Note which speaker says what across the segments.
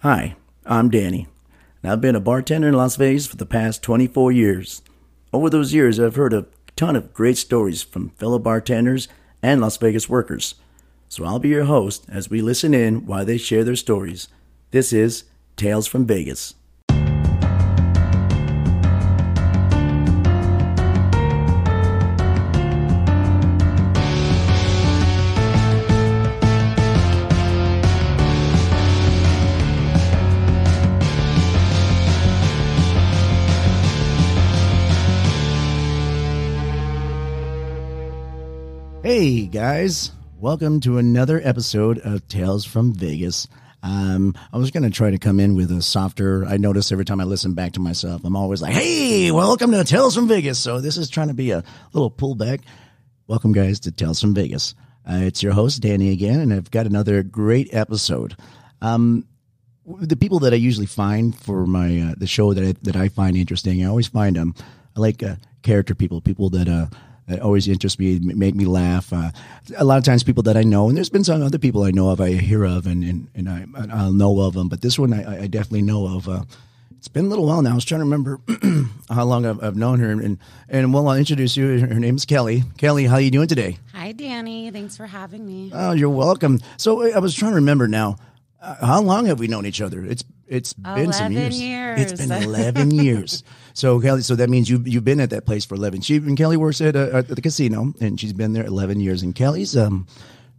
Speaker 1: Hi, I'm Danny, and I've been a bartender in Las Vegas for the past 24 years. Over those years, I've heard a ton of great stories from fellow bartenders and Las Vegas workers. So I'll be your host as we listen in while they share their stories. This is Tales from Vegas. Hey guys, welcome to another episode of Tales from Vegas. Um, I was going to try to come in with a softer. I notice every time I listen back to myself, I'm always like, "Hey, welcome to Tales from Vegas." So this is trying to be a little pullback. Welcome guys to Tales from Vegas. Uh, it's your host Danny again, and I've got another great episode the people that I usually find for my uh, the show that I, that I find interesting, I always find them. I like uh, character people, people that uh, that always interest me, m- make me laugh. Uh, a lot of times, people that I know, and there's been some other people I know of, I hear of, and and, and I and I'll know of them. But this one, I, I- I definitely know of. Uh, it's been a little while now. I was trying to remember how long I've, I've known her, and and well, I'll introduce you. Her name's Kelly. Kelly, how you doing today?
Speaker 2: Hi, Danny. Thanks for having me.
Speaker 1: Oh, you're welcome. So I I was trying to remember now. Uh, how long have we known each other? It's it's been some
Speaker 2: 11
Speaker 1: years.
Speaker 2: years.
Speaker 1: It's been eleven years. So Kelly, so that means you you've been at that place for eleven. She and Kelly works at, uh, at the casino, and she's been there eleven years. And Kelly's um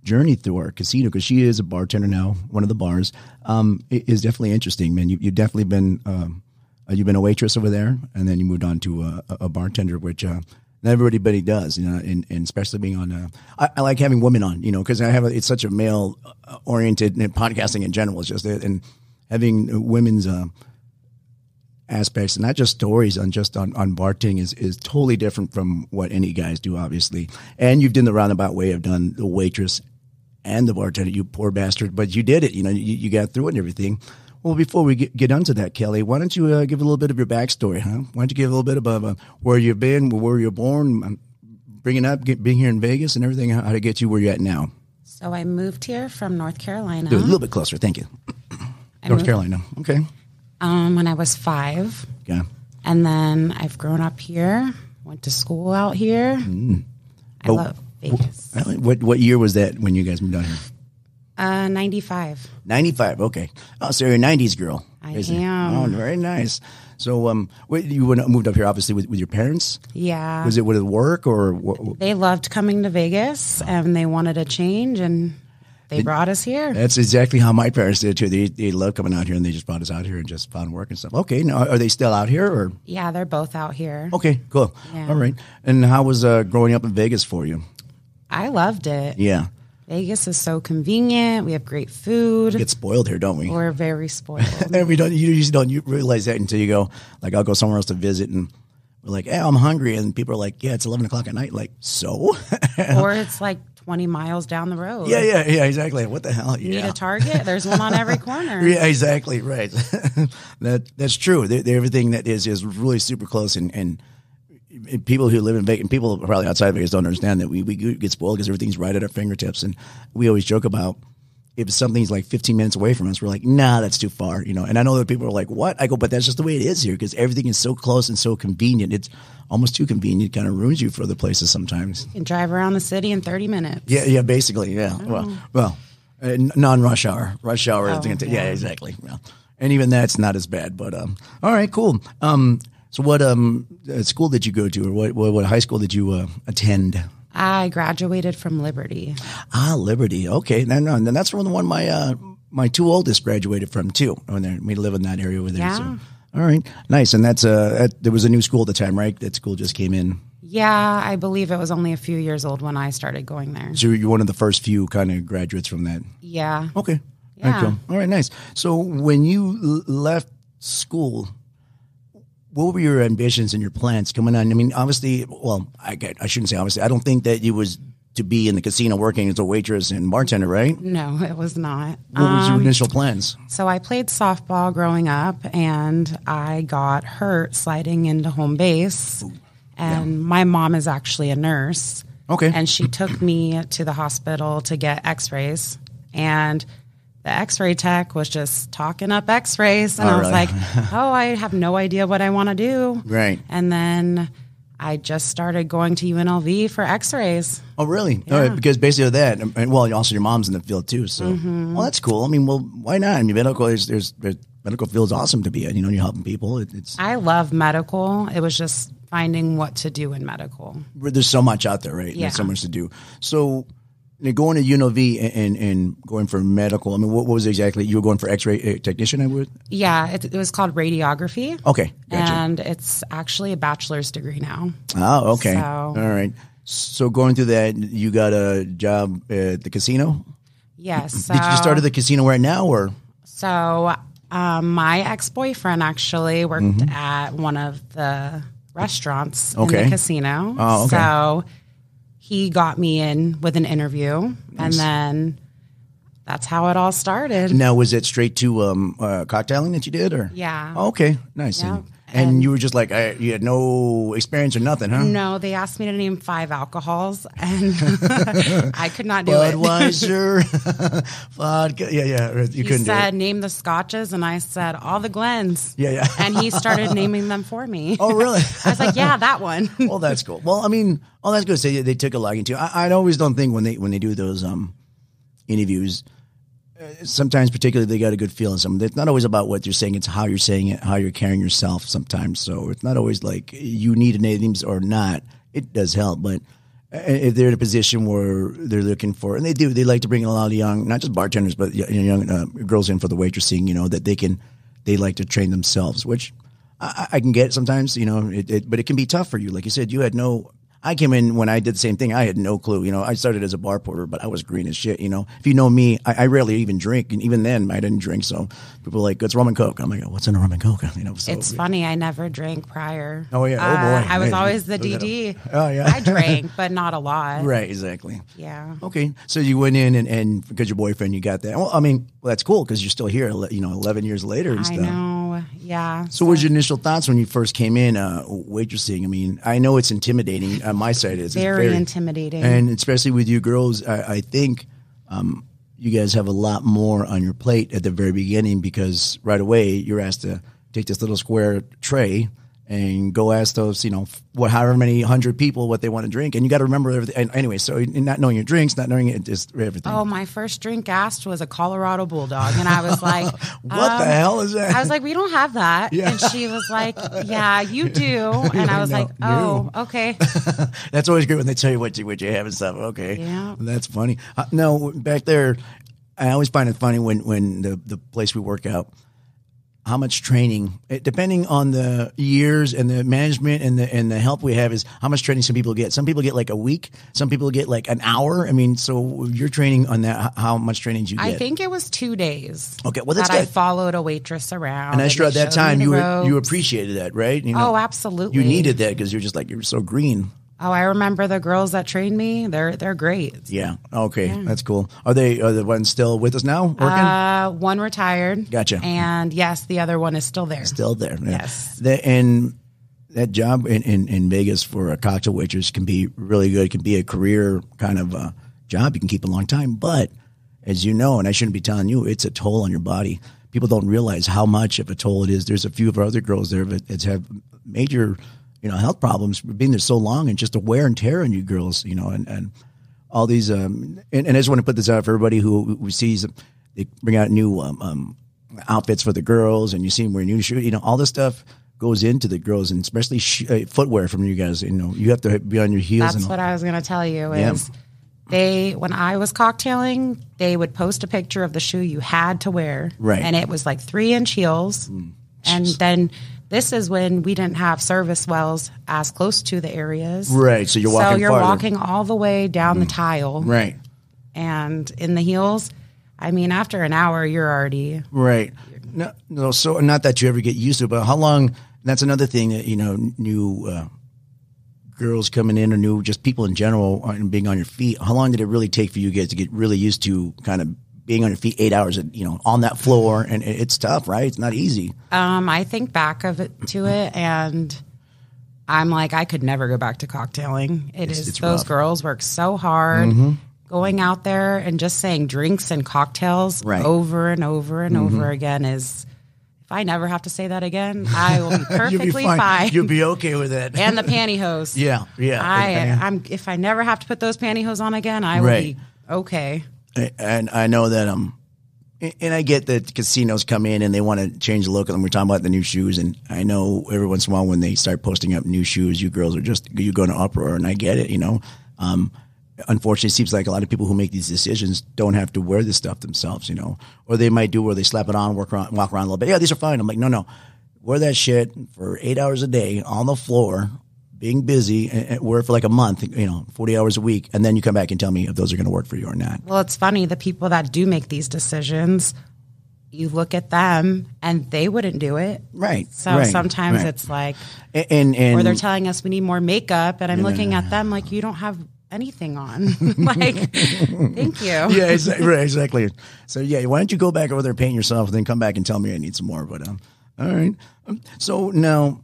Speaker 1: journey through our casino because she is a bartender now, one of the bars, um i- is definitely interesting. Man, you you've definitely been um uh, you've been a waitress over there, and then you moved on to uh, a, a bartender, which uh, not everybody does, you know, and, and especially being on. Uh, I, I like having women on, you know, because I have a, it's such a male uh, oriented and podcasting in general is just it, and having women's uh, aspects and not just stories on just on, on bartending is, is totally different from what any guys do, obviously. And you've done the roundabout way of done the waitress and the bartender, you poor bastard, but you did it. You know, you, you got through it and everything. Well, before we get, get onto that, Kelly, why don't you uh, give a little bit of your backstory, huh? Why don't you give a little bit about uh, where you've been, where you're born, um, bringing up, get, being here in Vegas and everything, how, how to get you where you're at now?
Speaker 2: So I moved here from North Carolina.
Speaker 1: Do it a little bit closer. Thank you. North Carolina. Okay.
Speaker 2: Um, when I was five,
Speaker 1: Okay.
Speaker 2: and then I've grown up here. Went to school out here.
Speaker 1: Mm. Oh,
Speaker 2: I love Vegas.
Speaker 1: What, what year was that when you guys moved down here?
Speaker 2: Uh, Ninety-five.
Speaker 1: 95. Okay. Oh, so you're a 90s girl.
Speaker 2: I
Speaker 1: Is it?
Speaker 2: am.
Speaker 1: Oh, very nice. So, um, wait, you went, moved up here obviously with, with your parents.
Speaker 2: Uh-huh. Yeah,
Speaker 1: Was it with work or what,
Speaker 2: they loved coming to Vegas, and they wanted a change, and they brought us here.
Speaker 1: That's exactly how my parents did too. They they love coming out here and they just brought us out here and just found work and stuff. Okay, now are they still out here or?
Speaker 2: Yeah, they're both out here.
Speaker 1: Okay, cool.
Speaker 2: Yeah.
Speaker 1: All right. And how was uh, growing up in Vegas for you?
Speaker 2: I loved it.
Speaker 1: Yeah,
Speaker 2: Vegas is so convenient. We have great food.
Speaker 1: get spoiled here, don't we?
Speaker 2: We're very spoiled.
Speaker 1: And we don't. You usually don't you realize that until you go. Like I'll go somewhere else to visit and. We're like, hey, I'm hungry, and people are like, yeah, it's eleven o'clock at night. Like, so,
Speaker 2: or it's like 20 miles down the road.
Speaker 1: yeah, yeah, yeah, exactly. What the hell?
Speaker 2: Need
Speaker 1: Yeah,
Speaker 2: a Target? There's one on every corner.
Speaker 1: Yeah, exactly right. that that's true. They, they, everything that is is really super close, and and people who live in Vegas, and people probably outside Vegas don't understand that we we get spoiled because everything's right at our fingertips, and we always joke about. If something's like 15 minutes away from us, we're like, nah, that's too far, you know. And I know that people are like, what? I go, but that's just the way it is here because everything is so close and so convenient. It's almost too convenient. Kind of ruins you for other places sometimes.
Speaker 2: You can drive around the city in 30 minutes.
Speaker 1: Yeah, yeah, basically, yeah. Well, well, uh, n- non-rush hour, rush hour. is
Speaker 2: Oh,
Speaker 1: gonna ta- yeah.
Speaker 2: yeah.
Speaker 1: exactly. Well, and even that's not as bad. But um, all right, cool. Um, so what um uh, school did you go to, or what what, what high school did you uh, attend?
Speaker 2: I graduated from Liberty.
Speaker 1: Ah, Liberty. Okay, no, no, and that's from the one my uh my two oldest graduated from too. When they we live in that area over there.
Speaker 2: Yeah.
Speaker 1: So. All right, nice. And that's uh that, there was a new school at the time, right? That school just came in.
Speaker 2: Yeah, I believe it was only a few years old when I started going there.
Speaker 1: So you're one of the first few kind of graduates from that.
Speaker 2: Yeah.
Speaker 1: Okay.
Speaker 2: Yeah.
Speaker 1: Okay. All right. Nice. So when you l- left school, what were your ambitions and your plans coming on? I mean, obviously, well, I get, I shouldn't say obviously. I don't think that it was to be in the casino working as a waitress and bartender, right?
Speaker 2: No, it was not. Um,
Speaker 1: What was your initial plans?
Speaker 2: So I played softball growing up and I got hurt sliding into home base. And my mom is actually a nurse.
Speaker 1: Okay.
Speaker 2: And she took me to the hospital to get x rays. And the x-ray tech was just talking up x-rays and
Speaker 1: Oh,
Speaker 2: i was
Speaker 1: really?
Speaker 2: like oh i have no idea what i want to do
Speaker 1: Right.
Speaker 2: and then i just started going to unlv for x-rays
Speaker 1: Oh, really? All right, because basically that, and well, also your mom's in the field too. So, well, that's cool. I mean, well, why not? I mean, medical is there's, there's medical field's awesome to be in. You know, you're helping people. It, it's
Speaker 2: i love medical it was just finding what to do in medical
Speaker 1: there's so much out there, right?
Speaker 2: Yeah.
Speaker 1: There's so much to do. So, you know, going to UNLV and, and and going for medical. I mean, what, what was it exactly you were going for X-ray uh, technician? I would.
Speaker 2: yeah it, it was called radiography
Speaker 1: Okay, Oh, gotcha.
Speaker 2: and it's actually a bachelor's degree now
Speaker 1: oh, okay.
Speaker 2: so-
Speaker 1: All right. So going through that, you got a job at the casino.
Speaker 2: yes
Speaker 1: Did you start at the casino right now, or
Speaker 2: So, um, my ex boyfriend actually worked
Speaker 1: Mm-hmm.
Speaker 2: at one of the restaurants in
Speaker 1: Okay.
Speaker 2: the casino.
Speaker 1: Oh, okay.
Speaker 2: So, he got me in with an interview, and then that's how it all started.
Speaker 1: now was it straight to um, uh, cocktailing that you did, or
Speaker 2: Yeah.
Speaker 1: Oh, okay, nice.
Speaker 2: Yeah.
Speaker 1: And, and, you were just like I, you had no experience or nothing, huh?
Speaker 2: No, they asked me to name five alcohols, and I could not do it.
Speaker 1: Budweiser, vodka. Yeah, yeah. You
Speaker 2: He
Speaker 1: couldn't
Speaker 2: said,
Speaker 1: do it.
Speaker 2: name the scotches, and I said, all the glens.
Speaker 1: Yeah, yeah.
Speaker 2: And he started naming them for me.
Speaker 1: Oh, really?
Speaker 2: I was like, yeah, that one.
Speaker 1: well, that's cool. Well, I mean, all that's good to say they took a liking to. I, I always don't think when they when they do those um interviews, uh, sometimes particularly they got a good feel on something. It's not always about what you're saying; it's how you're saying it, how you're carrying yourself. Sometimes, so it's not always like you need an names or not. It does help, but. uh, If they're in a position where they're looking for, and they do, they like to bring in a lot of young, not just bartenders, but y- young uh, girls in for the waitressing. You know that they can, they like to train themselves, which I, I can get sometimes, you know, it, it, but it can be tough for you. Like you said, you had no. I came in when I did the same thing. I had no clue. You know, I started as a bar porter, but I was green as shit. You know, if you know me, I, I rarely even drink, and even then, I didn't drink. So people were like, "It's rum and coke." I'm like, "Oh, "What's in a rum and coke?" You know, so
Speaker 2: It's funny. I never drank prior.
Speaker 1: Oh, yeah. Oh,
Speaker 2: Uh,
Speaker 1: boy.
Speaker 2: I was
Speaker 1: Hey,
Speaker 2: always the
Speaker 1: look at
Speaker 2: DD.
Speaker 1: Oh, yeah.
Speaker 2: I drank, but not a lot.
Speaker 1: right, exactly.
Speaker 2: Yeah.
Speaker 1: Okay, so you went in and, and because your boyfriend, you got that. Well, I mean, well, that's cool because you're still here. ele- You know, eleven years later and
Speaker 2: I
Speaker 1: stuff.
Speaker 2: know. Yeah.
Speaker 1: So, what was your initial thoughts when you first came in uh, waitressing? I mean, I know it's intimidating. On my side, it's
Speaker 2: very,
Speaker 1: it's
Speaker 2: intimidating.
Speaker 1: and especially with you girls, I, I think um, you guys have a lot more on your plate at the very beginning because right away you're asked to take this little square tray and go ask those, you know, f- what however many hundred people what they want to drink, and you got to remember everything. And anyway, so in- in not knowing your drinks, not knowing it, just everything.
Speaker 2: oh, my first drink asked was a Colorado Bulldog, and I was like,
Speaker 1: what the
Speaker 2: um,
Speaker 1: hell is that?
Speaker 2: I was like, we don't have that.
Speaker 1: Yeah.
Speaker 2: And she was like, yeah, you do. And I was
Speaker 1: No,
Speaker 2: like, oh, okay.
Speaker 1: That's always great when they tell you what you what you have and stuff. Okay,
Speaker 2: Yeah.
Speaker 1: that's funny. Uh, no, back there, I always find it funny when when the the place we work out, how much training, it, depending on the years and the management and the and the help we have, is how much training some people get. Some people get like a week. Some people get like an hour. I mean, so your training on that, h- how much training did you get?
Speaker 2: I think it was two days.
Speaker 1: Okay, well, that's
Speaker 2: that I
Speaker 1: good.
Speaker 2: followed a waitress around.
Speaker 1: and
Speaker 2: they
Speaker 1: Esther, at that
Speaker 2: showed me
Speaker 1: time,
Speaker 2: the
Speaker 1: you were, you
Speaker 2: ropes.
Speaker 1: appreciated that, right? You
Speaker 2: Oh,
Speaker 1: know,
Speaker 2: absolutely.
Speaker 1: you needed that because you're just like you're so green.
Speaker 2: Oh, I remember the girls that trained me. They're they're great.
Speaker 1: Yeah. Okay, that's cool. Are they are the ones still with us now working?
Speaker 2: Uh, one retired.
Speaker 1: Gotcha.
Speaker 2: And yes, the other one is still there.
Speaker 1: still there. Yeah.
Speaker 2: Yes.
Speaker 1: That, and that job in, in, in Vegas for a cocktail waitress can be really good. It can be a career kind of uh job you can keep a long time. But as you know, and I shouldn't be telling you, it's a toll on your body. People don't realize how much of a toll it is. There's a few of our other girls there that that have major, you know, health problems for being there so long and just the wear and tear on you girls, you know, and, and all these, um, and, and I just want to put this out for everybody who, who sees, they bring out new um, um, outfits for the girls, and you see them wearing new shoes. You know, all this stuff goes into the girls, and especially sh- uh, footwear from you guys. You know, you have to be on your heels.
Speaker 2: That's
Speaker 1: and
Speaker 2: what I was going to tell you
Speaker 1: Yeah.
Speaker 2: is they when I was cocktailing, they would post a picture of the shoe you had to wear.
Speaker 1: Right. Mm.
Speaker 2: And it was like 3-inch heels. And then this is when we didn't have service wells as close to the areas.
Speaker 1: right. So you're walking.
Speaker 2: so you're
Speaker 1: farther. Mm.
Speaker 2: walking all the way down the tile
Speaker 1: Right.
Speaker 2: and in the heels. I mean, after an hour, you're already
Speaker 1: Right. No, no. So not that you ever get used to, it, but how long? That's another thing that you know, new uh, girls coming in or new just people in general and being on your feet. How long did it really take for you guys to get really used to kind of being on your feet eight hours, you know, on that floor? And it- it's tough, right? It's not easy.
Speaker 2: Um, I think back of it to it, and I'm like, I could never go back to cocktailing. It is
Speaker 1: it's rough.
Speaker 2: those
Speaker 1: Mm-hmm.
Speaker 2: girls work so hard, going out there and just saying drinks and cocktails
Speaker 1: Right. Mm-hmm.
Speaker 2: over and over and over again is if I never have to say that again, I will be
Speaker 1: You'll
Speaker 2: perfectly
Speaker 1: be fine.
Speaker 2: fine.
Speaker 1: You'll be okay with it.
Speaker 2: and the pantyhose.
Speaker 1: Yeah, yeah,
Speaker 2: I,
Speaker 1: okay.
Speaker 2: I'm if I never have to put those pantyhose on again, I will
Speaker 1: Right.
Speaker 2: be okay.
Speaker 1: and I know that um, and I get that casinos come in and they want to change the look. And we're talking about the new shoes, and I know every once in a while when they start posting up new shoes, you girls are just you go in an uproar, and I get it, you know. Um, unfortunately, it seems like a lot of people who make these decisions don't have to wear this stuff themselves, you know, or they might do where they slap it on, work around, walk around a little bit. Yeah, these are fine. I'm like, no, no, wear that shit for eight hours a day on the floor. Being busy, and and wear it for like a month, you know, 40 hours a week, and then you come back and tell me if those are going to work for you or not.
Speaker 2: Well, it's funny the people that do make these decisions, you look at them and they wouldn't do it.
Speaker 1: Right.
Speaker 2: So
Speaker 1: right,
Speaker 2: sometimes
Speaker 1: right.
Speaker 2: it's like,
Speaker 1: A- and and
Speaker 2: or they're telling us we need more makeup, and I'm looking at them like you don't have anything on. like, thank you.
Speaker 1: yeah, exactly, right, exactly. So yeah, why don't you go back over there paint yourself, and then come back and tell me I need some more. But um, all right. Um, so now,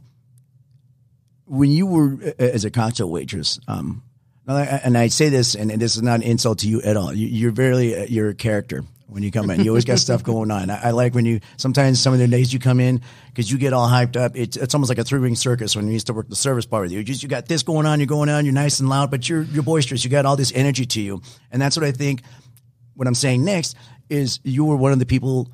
Speaker 1: when you were uh, as a cocktail waitress, um, now I- and I say this, and this is not an insult to you at all. You, you're very uh, you're a character when you come in. You always got stuff going on. I, I like when you sometimes some of the days you come in because you get all hyped up. It's, it's almost like a three ring circus when you used to work the service part with you. You Just you got this going on, you're going on, you're nice and loud, but you're you're boisterous. You got all this energy to you, and that's what I think. What I'm saying next is you were one of the people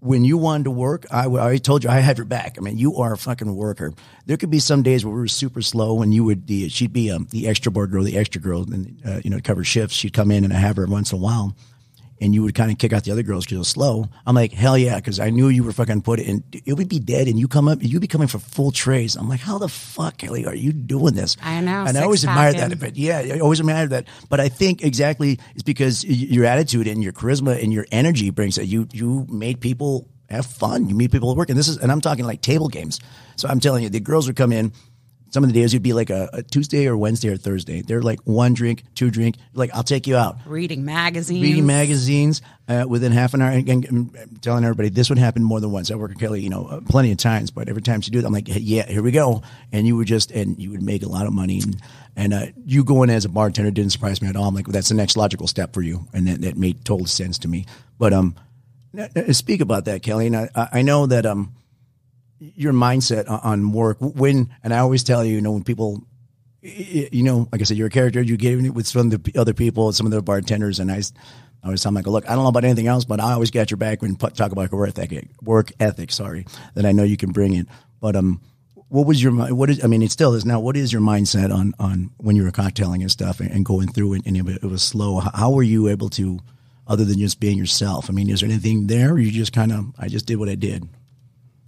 Speaker 1: when you wanted to work, I, w- I already told you I have your back. I mean, you are a fucking worker. There could be some days where we were super slow, and you would the she'd be um, the extra board girl, the extra girl, and uh, you know cover shifts. She'd come in, and I have her once in a while, and you would kind of kick out the other girls because it was slow. I'm like, hell yeah, because I knew you were fucking put it, and it would be dead, and you come up, you'd be coming for full trays. I'm like, how the fuck, Kelly, are you doing this?
Speaker 2: I know,
Speaker 1: and I
Speaker 2: six
Speaker 1: always admired that
Speaker 2: packing.
Speaker 1: a bit. Yeah, I always admired that. But I think exactly it's because y- your attitude and your charisma and your energy brings it. You you made people have fun. You meet people at work, and this is and I'm talking like table games. So I'm telling you, the girls would come in. Some of the days it'd be like a, a Tuesday or Wednesday or Thursday. They're like one drink, two drink. Like I'll take you out
Speaker 2: Reading magazines.
Speaker 1: reading magazines uh, within half an hour and, and, and telling everybody this would happen more than once. I work with Kelly, you know, uh, plenty of times, but every time she do it, I'm like, hey, yeah, here we go. And you would just, and you would make a lot of money. And, and uh, you going as a bartender didn't surprise me at all. I'm like, well, that's the next logical step for you. And that, that made total sense to me. But um, n- n- speak about that, Kelly. And I, I I know that um, your mindset on- on work when, and I always tell you, you know, when people y- you know, like I said, you're a character. You get in it with some of the p- other people, some of the bartenders, and I, s- I always tell them, like, look, I don't know about anything else, but I always got your back when pu- talk about work ethic, work ethic. Sorry, that I know you can bring it. But um, what was your mi- what is? I mean, it still is now. What is your mindset on on when you were cocktailing and stuff and, and going through it? And it, wa- it was slow. H- How were you able to? Other than just being yourself, I mean, is there anything there? Or you just kind of, I just did what I did.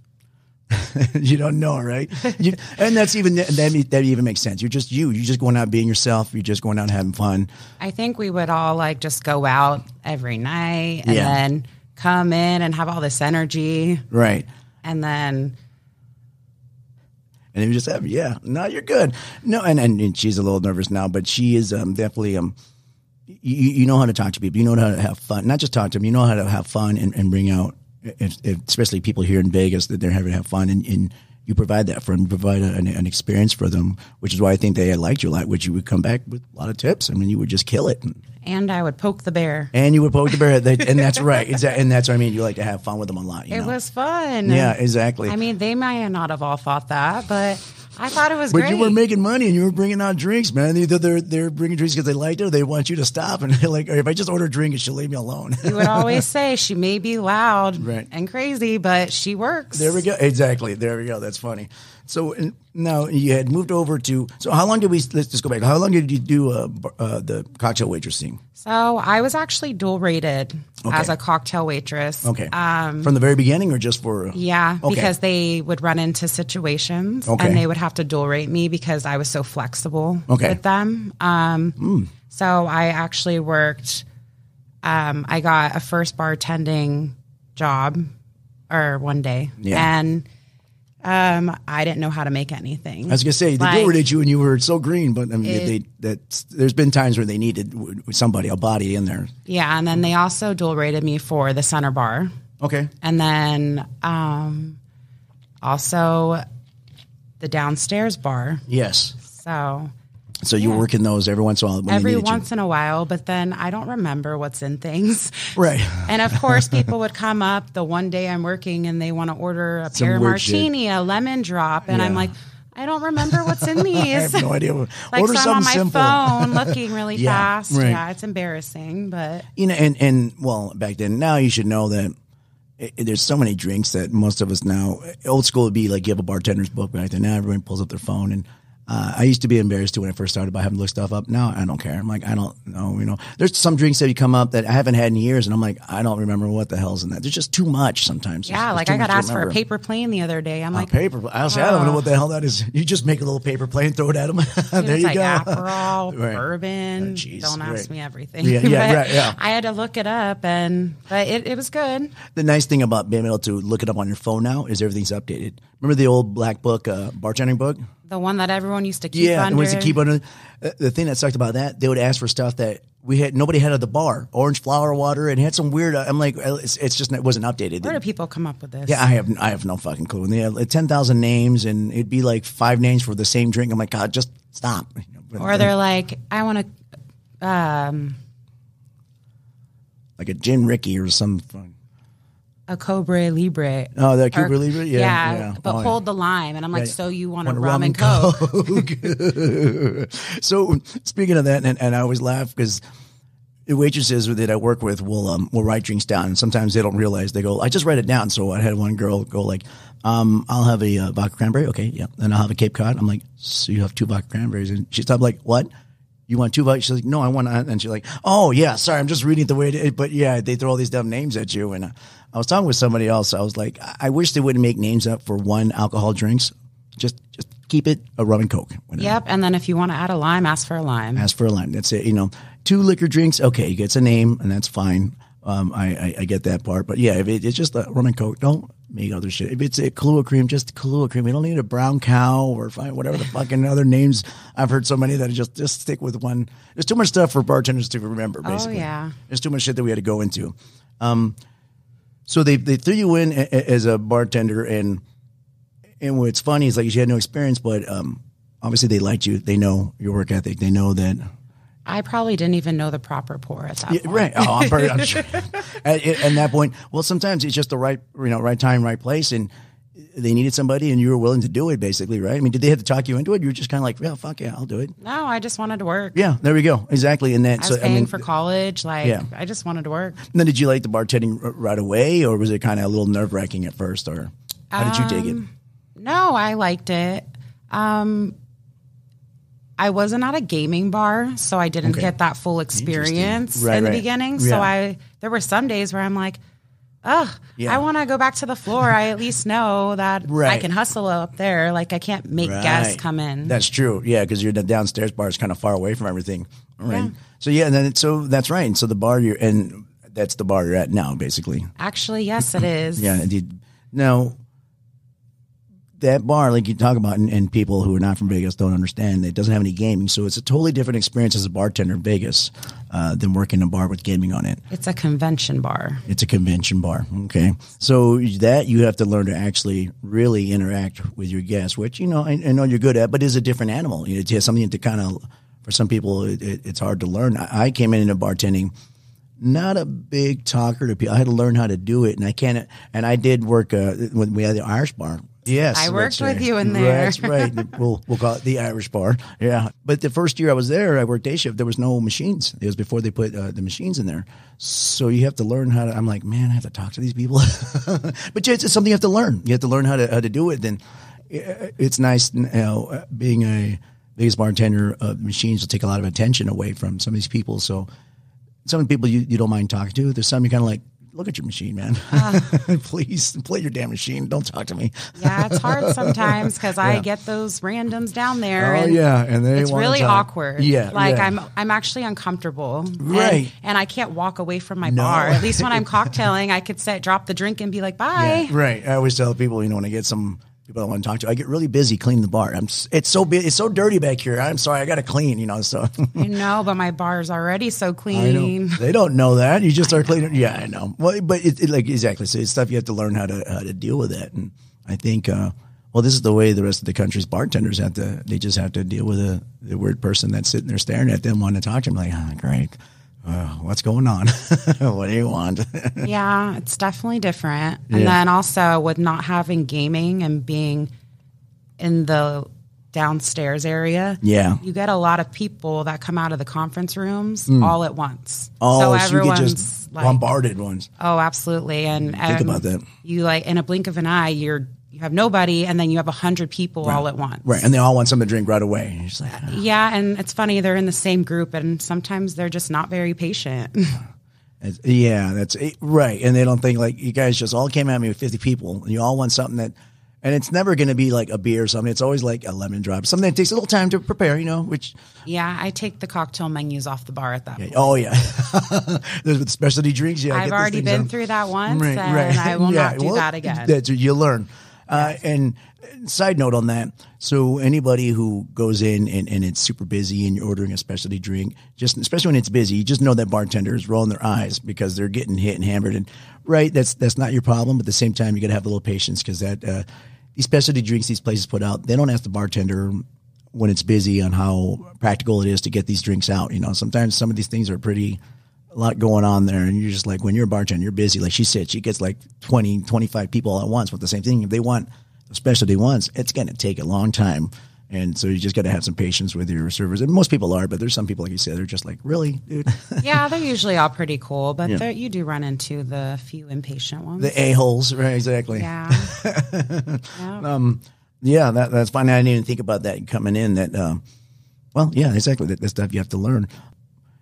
Speaker 1: you don't know, right? You, and that's even that, that even makes sense. You're just you. You're just going out being yourself. You're just going out having fun.
Speaker 2: I think we would all like just go out every night and
Speaker 1: Yeah.
Speaker 2: then come in and have all this energy
Speaker 1: Right.
Speaker 2: and then
Speaker 1: And it was just happy. Yeah. No, you're good. No, and, and, and she's a little nervous now, but she is um, definitely um you, you know how to talk to people. You know how to have fun. Not just talk to them, you know how to have fun and, and bring out if, if, especially people here in Vegas that they're having to have fun and, and you provide that for them, you provide a, an, an experience for them, which is why I think they liked you a lot, which you would come back with a lot of tips. I mean, you would just kill it.
Speaker 2: and I would poke the bear.
Speaker 1: And you would poke the bear, They- and that's right. Exactly, and that's what I mean. You like to have fun with them a lot. You
Speaker 2: It
Speaker 1: know?
Speaker 2: was fun.
Speaker 1: yeah, exactly.
Speaker 2: I mean, they might not have all thought that, but I thought it was
Speaker 1: but
Speaker 2: great.
Speaker 1: you were making money, and you were bringing out drinks, man. Either they're they're bringing drinks because they liked it, or they want you to stop. And they're like, if I just order a drink, and she'll leave me alone.
Speaker 2: You would always say she may be loud
Speaker 1: Right.
Speaker 2: and crazy, but she works.
Speaker 1: there we go. Exactly. There we go. That's funny. So and now you had moved over to. So how long did we? Let's just go back. How long did you do uh, bar- uh, the cocktail waitressing?
Speaker 2: So I was actually dual rated as
Speaker 1: Okay.
Speaker 2: a cocktail waitress. Uh,
Speaker 1: Okay. Um, From the very beginning, or just for?
Speaker 2: Yeah,
Speaker 1: Okay.
Speaker 2: because they would run into situations
Speaker 1: Okay.
Speaker 2: and they would have to dual rate me because I was so flexible
Speaker 1: Okay. Hmm.
Speaker 2: with them. Um, So I actually worked, um, I got a first bartending job or one day.
Speaker 1: Yeah.
Speaker 2: And um, I didn't know how to make anything.
Speaker 1: I was gonna say they
Speaker 2: Like- Eh.
Speaker 1: like, at you and you were so green, but I mean they that there's been times where they needed w- somebody, a body in there.
Speaker 2: yeah. And then they also dual rated me for the center bar.
Speaker 1: Okay,
Speaker 2: And then um, also the downstairs bar.
Speaker 1: yes,
Speaker 2: So
Speaker 1: So you work in those every once in a while when they
Speaker 2: every
Speaker 1: needed
Speaker 2: once in a while, but then I don't remember what's in things.
Speaker 1: you. Right.
Speaker 2: And of course, people would come up the one day I'm working and they want to order a
Speaker 1: Some
Speaker 2: pear
Speaker 1: weird shit.
Speaker 2: martini, a lemon drop. And I'm
Speaker 1: Yeah.
Speaker 2: like, I don't remember what's in
Speaker 1: I have
Speaker 2: these.
Speaker 1: no idea.
Speaker 2: like,
Speaker 1: Order
Speaker 2: so I'm
Speaker 1: something
Speaker 2: on my
Speaker 1: simple.
Speaker 2: phone looking really
Speaker 1: Yeah,
Speaker 2: fast.
Speaker 1: right.
Speaker 2: Yeah, it's embarrassing, but
Speaker 1: You know, and and well, back then, now you should know that i there's so many drinks that most of us now. Old school would be like you have a bartender's book back then. Now everyone pulls up their phone, and uh, I used to be embarrassed too when I first started by having to look stuff up. Now I don't care. I'm like I don't know. You know, there's some drinks that you come up that I haven't had in years, and I'm like I don't remember what the hell's in that. There's just too much sometimes.
Speaker 2: yeah,
Speaker 1: There's
Speaker 2: like
Speaker 1: too
Speaker 2: I
Speaker 1: much
Speaker 2: got
Speaker 1: to
Speaker 2: asked for a
Speaker 1: remember.
Speaker 2: paper plane the other day. I'm like,
Speaker 1: Paper. I was like, I don't know what the hell that is. You just make a little paper plane, throw it at them.
Speaker 2: It
Speaker 1: there
Speaker 2: was
Speaker 1: you
Speaker 2: like "Ah,
Speaker 1: go.
Speaker 2: Aperol,
Speaker 1: Right. Oh,
Speaker 2: bourbon.
Speaker 1: jeez,
Speaker 2: Don't ask
Speaker 1: right.
Speaker 2: me everything.
Speaker 1: Yeah, yeah,
Speaker 2: But
Speaker 1: right, yeah.
Speaker 2: I had to look it up, and but it, it was good.
Speaker 1: The nice thing about being able to look it up on your phone now is everything's updated. Remember the old black book, uh, bartending book?
Speaker 2: The one that everyone used to keep
Speaker 1: Yeah,
Speaker 2: under.
Speaker 1: and was to keep under. Uh, the thing that sucked about that, they would ask for stuff that we had nobody had at the bar, orange flower water, and had some weird. uh, I'm like, uh, it's, it's just it wasn't updated.
Speaker 2: Where do people come up with this?
Speaker 1: yeah, I have I have no fucking clue. And they had like, ten thousand names, and it'd be like five names for the same drink. I'm like, God, just stop.
Speaker 2: Or they're like, I want um, to
Speaker 1: like a gin Ricky or some. fun-
Speaker 2: a Cobra Libre.
Speaker 1: Oh, that
Speaker 2: Or-
Speaker 1: Cuba Libre, yeah,
Speaker 2: yeah,
Speaker 1: yeah.
Speaker 2: but
Speaker 1: Oh, yeah.
Speaker 2: hold the lime, and I'm like,
Speaker 1: yeah.
Speaker 2: so you want,
Speaker 1: Want
Speaker 2: a
Speaker 1: a
Speaker 2: rum
Speaker 1: rum
Speaker 2: and
Speaker 1: and
Speaker 2: coke?
Speaker 1: So speaking of that, and, and I always laugh because the waitresses that I work with will um, will write drinks down, and sometimes they don't realize they go. I just write it down. So I had one girl go like, um, "I'll have a uh, vodka cranberry, okay, yeah, and I'll have a Cape Cod." I'm like, "So you have two vodka cranberries?" And she stopped like, "What?" You want two vodka? She's like, no, I want. And she's like, oh yeah, sorry, I'm just reading it the way it is. But yeah, they throw all these dumb names at you. And uh, I was talking with somebody else. I was like, I I wish they wouldn't make names up for one alcohol drinks. Just, just keep it a rum and coke. Whatever.
Speaker 2: Yep. And then if you want to add a lime, ask for a lime.
Speaker 1: Ask for a lime. That's it. You know, two liquor drinks. Okay, gets a name, and that's fine. Um, I, I, I get that part, but yeah, if it, it's just a rum and coke, don't make other shit. If it's a Kahlua cream, just Kahlua cream. We don't need a brown cow or fi- whatever the fucking other names. I've heard so many that I just just stick with one. There's too much stuff for bartenders to remember. Basically,
Speaker 2: Oh, yeah.
Speaker 1: There's too much shit that we had to go into. Um, so they they threw you in a, a- as a bartender, and and what's funny is like you had no experience, but um, obviously they liked you. They know your work ethic. They know that
Speaker 2: I probably didn't even know the proper pour at that
Speaker 1: yeah,
Speaker 2: point.
Speaker 1: right. Oh, I'm, very- I'm sure. at, at- at that point, well, sometimes it's just the right, you know, right time, right place, and they needed somebody, and you were willing to do it, basically, right? I mean, did they have to talk you into it? You were just kind of like, yeah, fuck yeah, I'll do it.
Speaker 2: No, I just wanted to work.
Speaker 1: Yeah, there we go, exactly. And that,
Speaker 2: I
Speaker 1: so
Speaker 2: was
Speaker 1: I
Speaker 2: paying
Speaker 1: mean,
Speaker 2: for college. Like,
Speaker 1: Yeah.
Speaker 2: I just wanted to work.
Speaker 1: then did you like the bartending r- right away, or was it kind of a little nerve wracking at first, or how did you dig it?
Speaker 2: Um, No, I liked it. Um, I wasn't at a gaming bar, so I didn't
Speaker 1: Okay.
Speaker 2: get that full experience
Speaker 1: Right,
Speaker 2: in the
Speaker 1: right.
Speaker 2: beginning.
Speaker 1: Yeah.
Speaker 2: So I there were some days where I'm like, ugh,
Speaker 1: Yeah.
Speaker 2: I want to go back to the floor. I at least know that I
Speaker 1: Right.
Speaker 2: can hustle up there. Like I can't make guests
Speaker 1: Right.
Speaker 2: come in.
Speaker 1: That's true. Yeah, because your downstairs bar is kind of far away from everything. All right. So yeah, and then it- so that's right. And so the bar you're and that's the bar you're at now, basically.
Speaker 2: Actually, yes, it is.
Speaker 1: Yeah, indeed. Now, that bar, like you talk about, and, and people who are not from Vegas don't understand, it doesn't have any gaming. So it's a totally different experience as a bartender in Vegas uh, than working a bar with gaming on it.
Speaker 2: It's a convention bar.
Speaker 1: It's a convention bar. Okay. So that you have to learn to actually really interact with your guests, which, you know, I, I know you're good at, but is a different animal. It has something to kind of, for some people, it, it, it's hard to learn. I, I came into bartending not a big talker to people. I had to learn how to do it, and I can't. And I did work uh, when we had the Irish bar. Yes,
Speaker 2: I
Speaker 1: that's
Speaker 2: worked
Speaker 1: right.
Speaker 2: with you in there.
Speaker 1: That's right. we'll we'll call it the Irish bar. Yeah. But the first year I was there, I worked day shift. There was no machines. It was before they put uh, the machines in there. So you have to learn how to. I'm like, man, I have to talk to these people. but it's, it's something you have to learn. You have to learn how to how to do it. Then uh, it's nice you know, uh, being a biggest bartender. Uh, machines will take a lot of attention away from some of these people. So some people you, you don't mind talking to. There's some you kind of like, look at your machine, man. Please play your damn machine. Don't talk to me.
Speaker 2: Yeah, it's hard sometimes because I get those randoms down there.
Speaker 1: Oh
Speaker 2: and
Speaker 1: yeah, and they
Speaker 2: it's
Speaker 1: wanna
Speaker 2: really
Speaker 1: talk.
Speaker 2: awkward.
Speaker 1: Yeah,
Speaker 2: like
Speaker 1: yeah.
Speaker 2: I'm I'm actually uncomfortable. And-
Speaker 1: Right.
Speaker 2: and, I can't walk away from my bar. At least when I'm cocktailing, I could sit, drop the drink, and be like, bye.
Speaker 1: right. I always tell people, you know, when I get some people I want to talk to, I get really busy cleaning the bar. I'm s- it's so bu- it's so dirty back here. I'm sorry, I got to clean. You know, so
Speaker 2: You know, but my bar's already so
Speaker 1: I don't,
Speaker 2: clean.
Speaker 1: they don't know that. You just start cleaning. Yeah, I know. Well, but it, it, like exactly, so it's stuff you have to learn how to how to deal with that. And I think uh, well, this is the way the rest of the country's bartenders have to. They just have to deal with a the weird person that's sitting there staring at them, wanting to talk to them. Like, oh, great, uh, what's going on? what do you want?
Speaker 2: Yeah, it's definitely different. And
Speaker 1: Yeah.
Speaker 2: then also with not having gaming and being in the downstairs area.
Speaker 1: Yeah.
Speaker 2: You get a lot of people that come out of the conference rooms all at once.
Speaker 1: Mm. Oh,
Speaker 2: so
Speaker 1: so, you get
Speaker 2: everyone's
Speaker 1: just
Speaker 2: like
Speaker 1: bombarded ones.
Speaker 2: Oh, absolutely. And think
Speaker 1: about that.
Speaker 2: You like in a blink of an eye, you're you have nobody and then you have a hundred people all at once.
Speaker 1: Right, and they all want something to drink right away. And you're just like,
Speaker 2: Yeah, and it's funny, they're in the same group and sometimes they're just not very patient.
Speaker 1: It's- Yeah, that's it, right. And they don't think like you guys just all came at me with 50 people and you all want something that, and it's never going to be like a beer or something. It's always like a lemon drop, something that takes a little time to prepare, you know, which,
Speaker 2: yeah, I take the cocktail menus off the bar at that point.
Speaker 1: oh yeah, there's with specialty drinks. Yeah.
Speaker 2: I've
Speaker 1: get this
Speaker 2: already
Speaker 1: thing
Speaker 2: been
Speaker 1: done.
Speaker 2: through that once, and I will not do
Speaker 1: well,
Speaker 2: that again.
Speaker 1: That's you learn. Uh, and side note on that. So anybody who goes in and, and it's super busy and you're ordering a specialty drink, just especially when it's busy, you just know that bartender is rolling their eyes because they're getting hit and hammered. And right, that's that's not your problem. But at the same time, you got to have a little patience because that uh, these specialty drinks these places put out, they don't ask the bartender when it's busy on how practical it is to get these drinks out. You know, sometimes some of these things are pretty a lot going on there and you're just like when you're a bartender you're busy like she said she gets like 20 25 people all at once with the same thing if they want a specialty ones it's going to take a long time and so you just got to have some patience with your servers and most people are but there's some people like you said they're just like really dude
Speaker 2: yeah, they're usually all pretty cool, but there you do run into the few impatient ones.
Speaker 1: the a-holes right exactly
Speaker 2: yeah. Yep.
Speaker 1: Yeah, that, that's fine. I didn't even think about that coming in. That, um, well, yeah, exactly. That, that stuff you have to learn.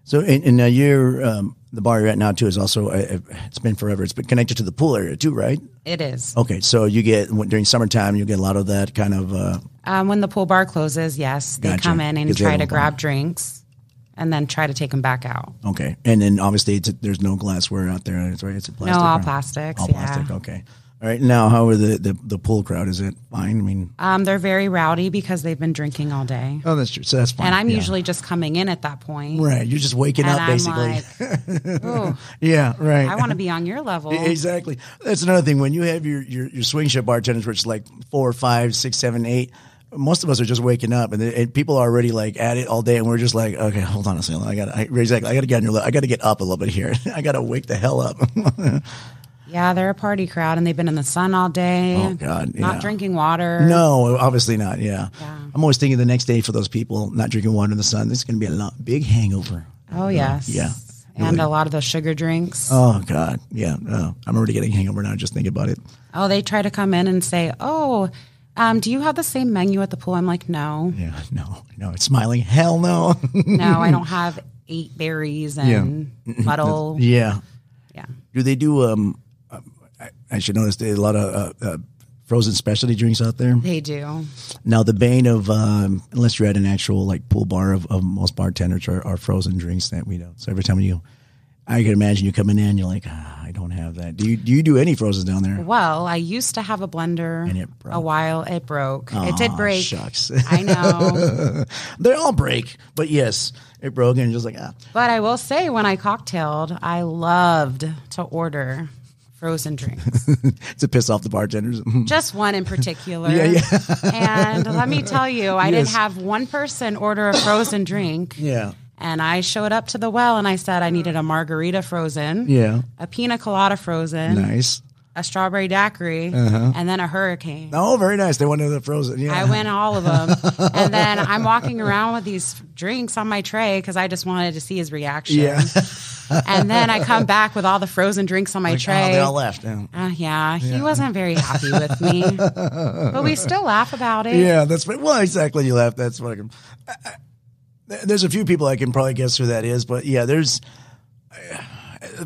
Speaker 1: So, and, and now you're um, the bar you're at now too is also uh, it's been forever. It's been connected to the pool area too, right?
Speaker 2: It is.
Speaker 1: Okay, so you get during summertime, you get a lot of that kind of. Uh,
Speaker 2: Um, when the pool bar closes, yes, they
Speaker 1: Gotcha.
Speaker 2: come in and
Speaker 1: Because they
Speaker 2: try to
Speaker 1: don't
Speaker 2: grab drinks and then try to take them back out.
Speaker 1: okay, and then obviously it's, there's no glassware out there. It's right. It's plastic.
Speaker 2: No, all
Speaker 1: right?
Speaker 2: plastics.
Speaker 1: All
Speaker 2: yeah.
Speaker 1: plastic. Okay. All right. Now, how are the, the the pool crowd? Is it fine? I mean,
Speaker 2: Um, they're very rowdy because they've been drinking all day.
Speaker 1: oh, that's true. So that's fine.
Speaker 2: And I'm
Speaker 1: Yeah.
Speaker 2: usually just coming in at that point.
Speaker 1: right. You're just waking
Speaker 2: And
Speaker 1: up
Speaker 2: I'm
Speaker 1: basically.
Speaker 2: like, "Ooh,
Speaker 1: yeah. Right.
Speaker 2: I want to be on your level.
Speaker 1: E, Exactly. That's another thing. When you have your, your, your swing shift bartenders, which is like four, five, six, seven, eight, most of us are just waking up and, and people are already like at it all day. And we're just like, okay, hold on a second. I got to, exactly. I got to get on your, le- I got to get up a little bit here. I got to wake the hell up.
Speaker 2: Yeah, they're a party crowd and they've been in the sun all day.
Speaker 1: Oh, God,
Speaker 2: Not
Speaker 1: yeah.
Speaker 2: drinking water.
Speaker 1: no, obviously not. Yeah. I'm always thinking the next day for those people not drinking water in the sun, this is going to be a lot, big hangover.
Speaker 2: Oh yes.
Speaker 1: Yeah.
Speaker 2: And a lot of those sugar drinks. Oh.
Speaker 1: Oh God. Yeah. No, I'm already getting a hangover now. Just thinking about it.
Speaker 2: Oh, they try to come in and say, "Oh, um, do you have the same menu at the pool?" I'm like, "No,
Speaker 1: Yeah. No, no. It's smiling. Hell no.
Speaker 2: no, I don't have eight berries and muddle."
Speaker 1: yeah.
Speaker 2: yeah.
Speaker 1: Do they do? Um, I, I should notice there are a lot of uh, uh, frozen specialty drinks out there.
Speaker 2: They do.
Speaker 1: Now, the bane of um, unless you're at an actual like pool bar of, of most bartenders are, are frozen drinks that we don't. So every time you, I can imagine you coming in, you're like, ah, I don't have that. Do you do you do any frozen down there?
Speaker 2: Well, I used to have a blender.
Speaker 1: And it
Speaker 2: A
Speaker 1: broke.
Speaker 2: while it broke. it did
Speaker 1: Aw,
Speaker 2: break.
Speaker 1: Shucks,
Speaker 2: I know, Mm-hmm.
Speaker 1: they all break. But yes, it broke, and you're just like ah.
Speaker 2: but I will say, when I cocktailed, I loved to order frozen drinks.
Speaker 1: to piss off the bartenders.
Speaker 2: just one in particular. and let me tell you, I
Speaker 1: Yes.
Speaker 2: didn't have one person order a frozen drink.
Speaker 1: yeah,
Speaker 2: And I showed up to the well and I said I needed a margarita frozen,
Speaker 1: yeah,
Speaker 2: a pina colada frozen,
Speaker 1: nice. Uh-huh.
Speaker 2: a strawberry daiquiri, and then a hurricane.
Speaker 1: Oh, very nice. They went to the frozen. Yeah,
Speaker 2: I went all of them. and then I'm walking around with these drinks on my tray because I just wanted to see his reaction.
Speaker 1: yeah.
Speaker 2: And then I come back with all the frozen drinks on my
Speaker 1: Oh,
Speaker 2: tray.
Speaker 1: they all left. Yeah.
Speaker 2: Uh, yeah, he wasn't very happy with me, but we still laugh about it.
Speaker 1: Yeah, that's what- well, exactly. You laugh. That's what I can. I- I- there's a few people I can probably guess who that is, but yeah, there's uh,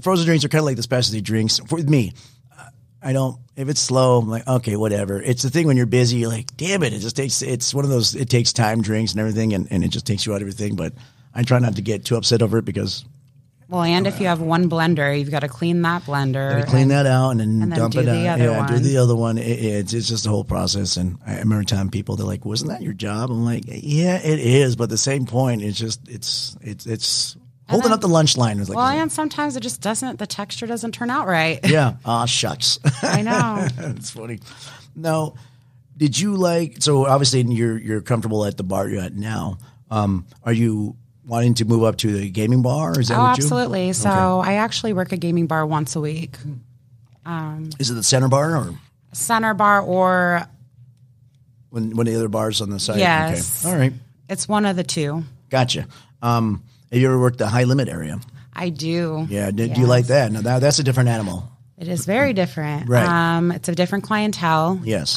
Speaker 1: frozen drinks are kind of like the specialty drinks for me. Uh, I don't. If it's slow, I'm like, okay, whatever. It's the thing when you're busy, you're like, damn it, it just takes. It's one of those. It takes time drinks and everything, and, and it just takes you out of everything. But I try not to get too upset over it because
Speaker 2: Well, and if you have one blender, you've got to clean that blender.
Speaker 1: You clean that out and then,
Speaker 2: and then
Speaker 1: dump
Speaker 2: do
Speaker 1: it
Speaker 2: the
Speaker 1: out.
Speaker 2: other
Speaker 1: yeah, do
Speaker 2: one.
Speaker 1: the other one. It, it's, it's just a whole process. And I remember telling people they're like, "Wasn't that your job?" I'm like, "Yeah, it is." But at the same point, it's just it's it's it's holding up the lunch line. It's like,
Speaker 2: well, and sometimes it just doesn't. The texture doesn't turn out right.
Speaker 1: yeah, ah, shucks.
Speaker 2: I know.
Speaker 1: it's funny. No, Did you like? So obviously, you're you're comfortable at the bar you're at now. Um, are you wanting to move up to the gaming bar? Is that
Speaker 2: Oh,
Speaker 1: what you?
Speaker 2: absolutely. So I actually work a gaming bar once a week,
Speaker 1: Is it the center bar or
Speaker 2: center bar, or
Speaker 1: one one of the other bars on the side?
Speaker 2: Yes.
Speaker 1: Okay. All right.
Speaker 2: it's one of the two.
Speaker 1: Gotcha. Um, have you ever worked the high limit area?
Speaker 2: I do.
Speaker 1: Yeah. Do, do you like that? No, that, that's a different animal.
Speaker 2: It is very different.
Speaker 1: Right.
Speaker 2: Um, it's a different clientele. Um,
Speaker 1: Yes.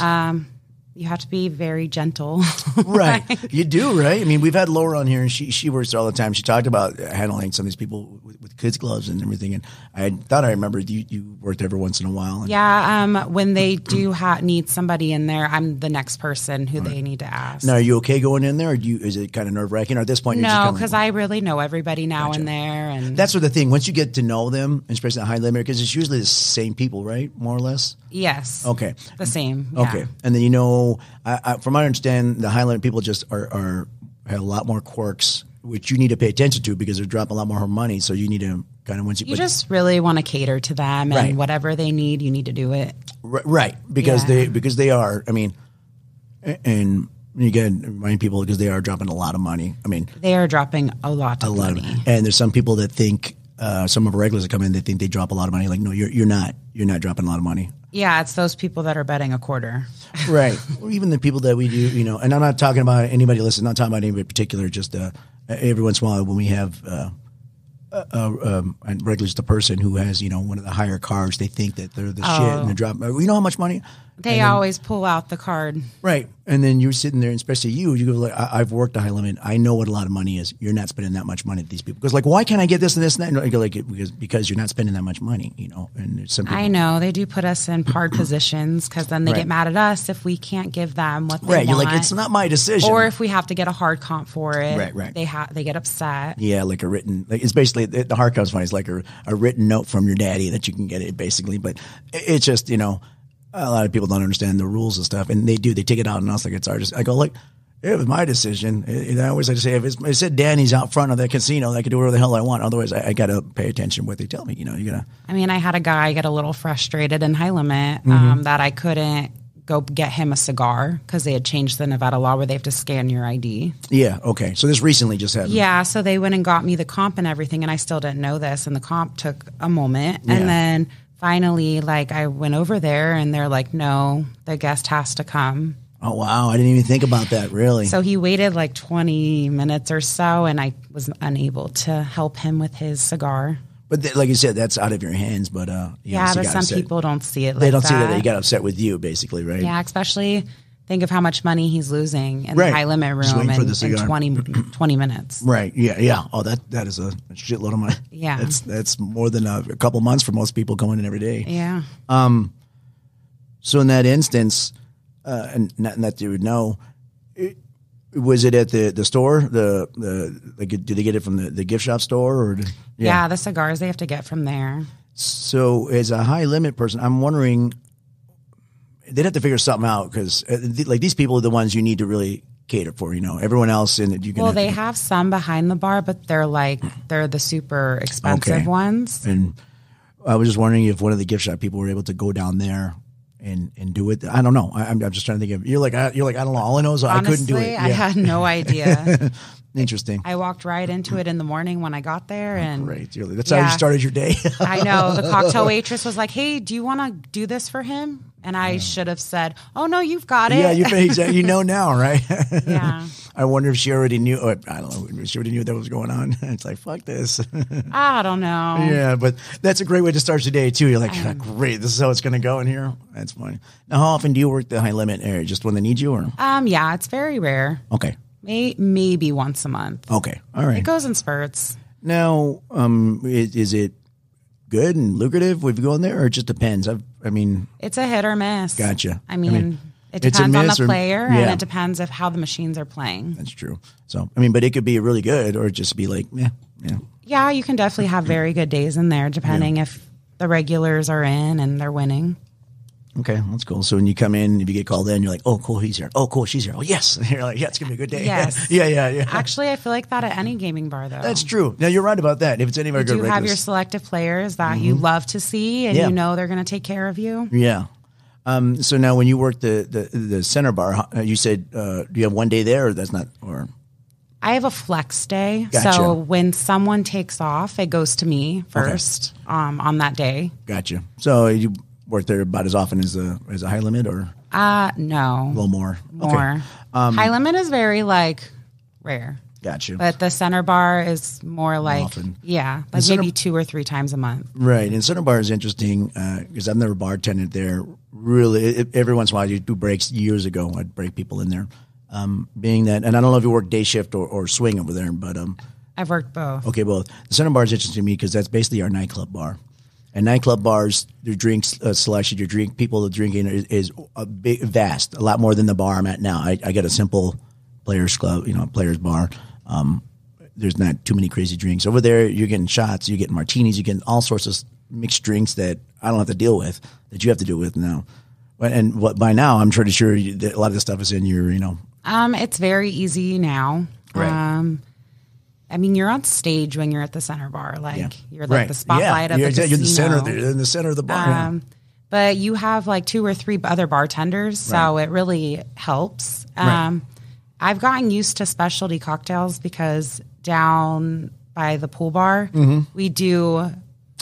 Speaker 2: You have to be very gentle.
Speaker 1: right. You do, right? I mean, we've had Laura on here and she, she works all the time. She talked about handling some of these people with, with kids' gloves and everything. And I thought I remembered you, you worked every once in a while. And
Speaker 2: yeah. Um, when they do ha- need somebody in there, I'm the next person who they need to ask.
Speaker 1: Now, are you okay going in there or do you, is it kind of nerve wracking? Or at this point, you're just
Speaker 2: No,
Speaker 1: kinda like-
Speaker 2: because I really know everybody now in there, and
Speaker 1: that's sort of the thing. Once you get to know them, especially the high limit, because it's usually the same people, right? More or less.
Speaker 2: yes,
Speaker 1: Okay.
Speaker 2: the same. yeah.
Speaker 1: Okay, and then you know, I, I, from my understanding, the Highland people just are, are have a lot more quirks, which you need to pay attention to because they're dropping a lot more money. So you need to kind of once you,
Speaker 2: You
Speaker 1: but-
Speaker 2: just really want to cater to them, and
Speaker 1: Right.
Speaker 2: whatever they need, you need to do it.
Speaker 1: ri- right because
Speaker 2: Yeah.
Speaker 1: they because they are. I mean, a- and again, remind people because they are dropping a lot of money. I mean,
Speaker 2: They are dropping a lot of
Speaker 1: a lot of,
Speaker 2: money.
Speaker 1: and there's some people that think uh, some of our regulars that come in, they think they drop a lot of money. Like, no, you're you're not. You're not dropping a lot of money.
Speaker 2: Yeah, it's those people that are betting a quarter.
Speaker 1: right or even the people that we do you know and i'm not talking about anybody listen not talking about anybody in particular just uh, every once in a while when we have uh, uh, um, and regularly just the person who has you know one of the higher cars they think that they're the shit
Speaker 2: Oh.
Speaker 1: and they're dropping you know how much money
Speaker 2: They always pull out the card.
Speaker 1: right and then you're sitting there and especially you you go like I- i've worked a high limit i know what a lot of money is you're not spending that much money to these people because like why can't i get this and this and that and you go like because, because you're not spending that much money you know and there's some people
Speaker 2: I know they do put us in hard positions because then they
Speaker 1: Right.
Speaker 2: get mad at us if we can't give them what they
Speaker 1: right you're
Speaker 2: want,
Speaker 1: like it's not my decision
Speaker 2: or if we have to get a hard comp for it.
Speaker 1: Right, right.
Speaker 2: They ha- they get upset.
Speaker 1: Yeah, like a written. Like it's basically the the hard comes funny. It's like a, a written note from your daddy that you can get it basically. But it- it's just you know a lot of people don't understand the rules and stuff, and they do. They take it out on us like it's our. just- I go like. It was my decision. And I always like to say, if it's, if it said Danny's out front of the casino, I can do whatever the hell I want. Otherwise, I, I got to pay attention to what they tell me. You know, you got to.
Speaker 2: I mean, I had a guy get a little frustrated in High Limit
Speaker 1: Mm-hmm.
Speaker 2: um, that I couldn't go get him a cigar because they had changed the Nevada law where they have to scan your ID.
Speaker 1: Yeah, okay. So this recently just happened.
Speaker 2: Yeah, so they went and got me the comp and everything, and I still didn't know this. And the comp took a moment,
Speaker 1: Yeah.
Speaker 2: and then finally, like I went over there, and they're like, "No, the guest has to come."
Speaker 1: Oh, wow. I didn't even think about that, really.
Speaker 2: So he waited like twenty minutes or so, and I was unable to help him with his cigar.
Speaker 1: but th- like you said, that's out of your hands. But uh, you
Speaker 2: Yeah,
Speaker 1: obviously
Speaker 2: but
Speaker 1: got
Speaker 2: some
Speaker 1: upset.
Speaker 2: people don't see it. Like
Speaker 1: They don't see that they got upset with you, basically, right?
Speaker 2: Yeah, especially think of how much money he's losing in
Speaker 1: Right.
Speaker 2: the high limit
Speaker 1: Just
Speaker 2: room
Speaker 1: waiting
Speaker 2: in,
Speaker 1: for the
Speaker 2: in
Speaker 1: cigar.
Speaker 2: 20, 20 minutes.
Speaker 1: Right. Yeah. Yeah. Oh, that that is a shitload of money.
Speaker 2: Yeah.
Speaker 1: That's that's more than a, a couple months for most people going in every day.
Speaker 2: Yeah.
Speaker 1: So in that instance, uh, and not, not that you would know, it, was it at the, the store? The the like, did they get it from the, the gift shop store or? did-
Speaker 2: yeah. the cigars they have to get from there.
Speaker 1: So as a high limit person, I'm wondering they'd have to figure something out because uh, th- like these people are the ones you need to really cater for. You know, everyone else in it you can.
Speaker 2: Well,
Speaker 1: have to-
Speaker 2: they have some behind the bar, but they're like they're the super expensive
Speaker 1: Okay.
Speaker 2: ones.
Speaker 1: and I was just wondering if one of the gift shop people were able to go down there and and do it. I don't know. I, I'm, I'm just trying to think of. You're like I, you're like I don't know. All I know is I couldn't
Speaker 2: Honestly,
Speaker 1: do it.
Speaker 2: I had no idea.
Speaker 1: Interesting.
Speaker 2: I walked right into it in the morning when I got there, and
Speaker 1: right. You're like, that's how
Speaker 2: Yeah.
Speaker 1: you started your day.
Speaker 2: I know the cocktail waitress was like, "Hey, do you want to do this for him?" And I should have said, "Oh no, you've got it."
Speaker 1: yeah, you exactly. You know now, right?
Speaker 2: yeah.
Speaker 1: I wonder if she already knew. Or, I don't know. if She already knew that was going on. It's like fuck this.
Speaker 2: I don't know.
Speaker 1: yeah, but that's a great way to start your day too. You're like, "Ah,
Speaker 2: Um,
Speaker 1: great. This is how it's going to go in here. That's funny. Now, how often do you work the high limit area? Just when they need you, or
Speaker 2: Um, yeah, it's very rare.
Speaker 1: okay,
Speaker 2: May, maybe once a month.
Speaker 1: okay, all right.
Speaker 2: It goes in spurts.
Speaker 1: Now, um, is, is it good and lucrative if you go in there, or it just depends? I've, I mean,
Speaker 2: It's a hit or miss.
Speaker 1: Gotcha. I
Speaker 2: I mean,
Speaker 1: mean,
Speaker 2: it
Speaker 1: it's a
Speaker 2: depends on
Speaker 1: miss
Speaker 2: the
Speaker 1: or-
Speaker 2: player and
Speaker 1: yeah.
Speaker 2: it depends of how the machines are playing.
Speaker 1: that's true. So, I mean, but it could be really good, or just be like, yeah, yeah,
Speaker 2: Yeah, you can definitely have very good days in there, depending if the regulars are in and they're winning.
Speaker 1: okay, that's cool. So when you come in, if you get called in, you're like, oh, cool, he's here. Oh, cool, she's here. Oh, yes. And you're like, yeah, it's gonna be a good day.
Speaker 2: Yes.
Speaker 1: yeah, yeah, yeah.
Speaker 2: Actually, I feel like that at any gaming bar, though.
Speaker 1: That's true. Now you're right about that. If it's any of our
Speaker 2: you
Speaker 1: good
Speaker 2: do have your
Speaker 1: regulars,
Speaker 2: selective players that you love to see and
Speaker 1: Yeah.
Speaker 2: you know they're going to take care of you.
Speaker 1: yeah. Um, so now, when you worked the the, the center bar, huh, you said uh, do you have one day there, or that's not, or
Speaker 2: I have a flex day.
Speaker 1: Gotcha.
Speaker 2: So when someone takes off, it goes to me first um, on that day.
Speaker 1: gotcha. So you work there about as often as a as a high limit, or a
Speaker 2: Uh, no.
Speaker 1: little more. Okay. Um,
Speaker 2: More. High limit is very like rare,
Speaker 1: Gotcha.
Speaker 2: but the center bar is more like,
Speaker 1: often.
Speaker 2: yeah, like
Speaker 1: center-
Speaker 2: maybe two or three times a month.
Speaker 1: Right, and Center Bar is interesting because I've never bartended there. Really, it, it- every once in a while you do breaks. Years ago, I'd break people in there. Um, being that, and I don't know if you work day shift or, or swing over there, but um,
Speaker 2: I've worked both.
Speaker 1: okay, well, the Center Bar is interesting to me because that's basically our nightclub bar. And nightclub bars, your drinks uh, selection, your drink people drinking is, is a big, vast, a lot more than the bar I'm at now. I, I got a simple players club, you know, players bar. Um, there's not too many crazy drinks over there. You're getting shots, you're getting martinis, you're getting all sorts of mixed drinks that I don't have to deal with that you have to deal with now. And what by now, I'm pretty sure you, that a lot of this stuff is in your, you know,
Speaker 2: Um, it's very easy now.
Speaker 1: Right.
Speaker 2: Um, I mean, you're on stage when you're at the center bar. Like you're like the spotlight
Speaker 1: yeah.
Speaker 2: of
Speaker 1: you're,
Speaker 2: the casino.
Speaker 1: you're the center, of the- you're in the center of the bar. Yeah.
Speaker 2: Um, but you have like two or three other bartenders, so it really helps. Um, I've gotten used to specialty cocktails because down by the pool bar,
Speaker 1: Mm-hmm.
Speaker 2: we do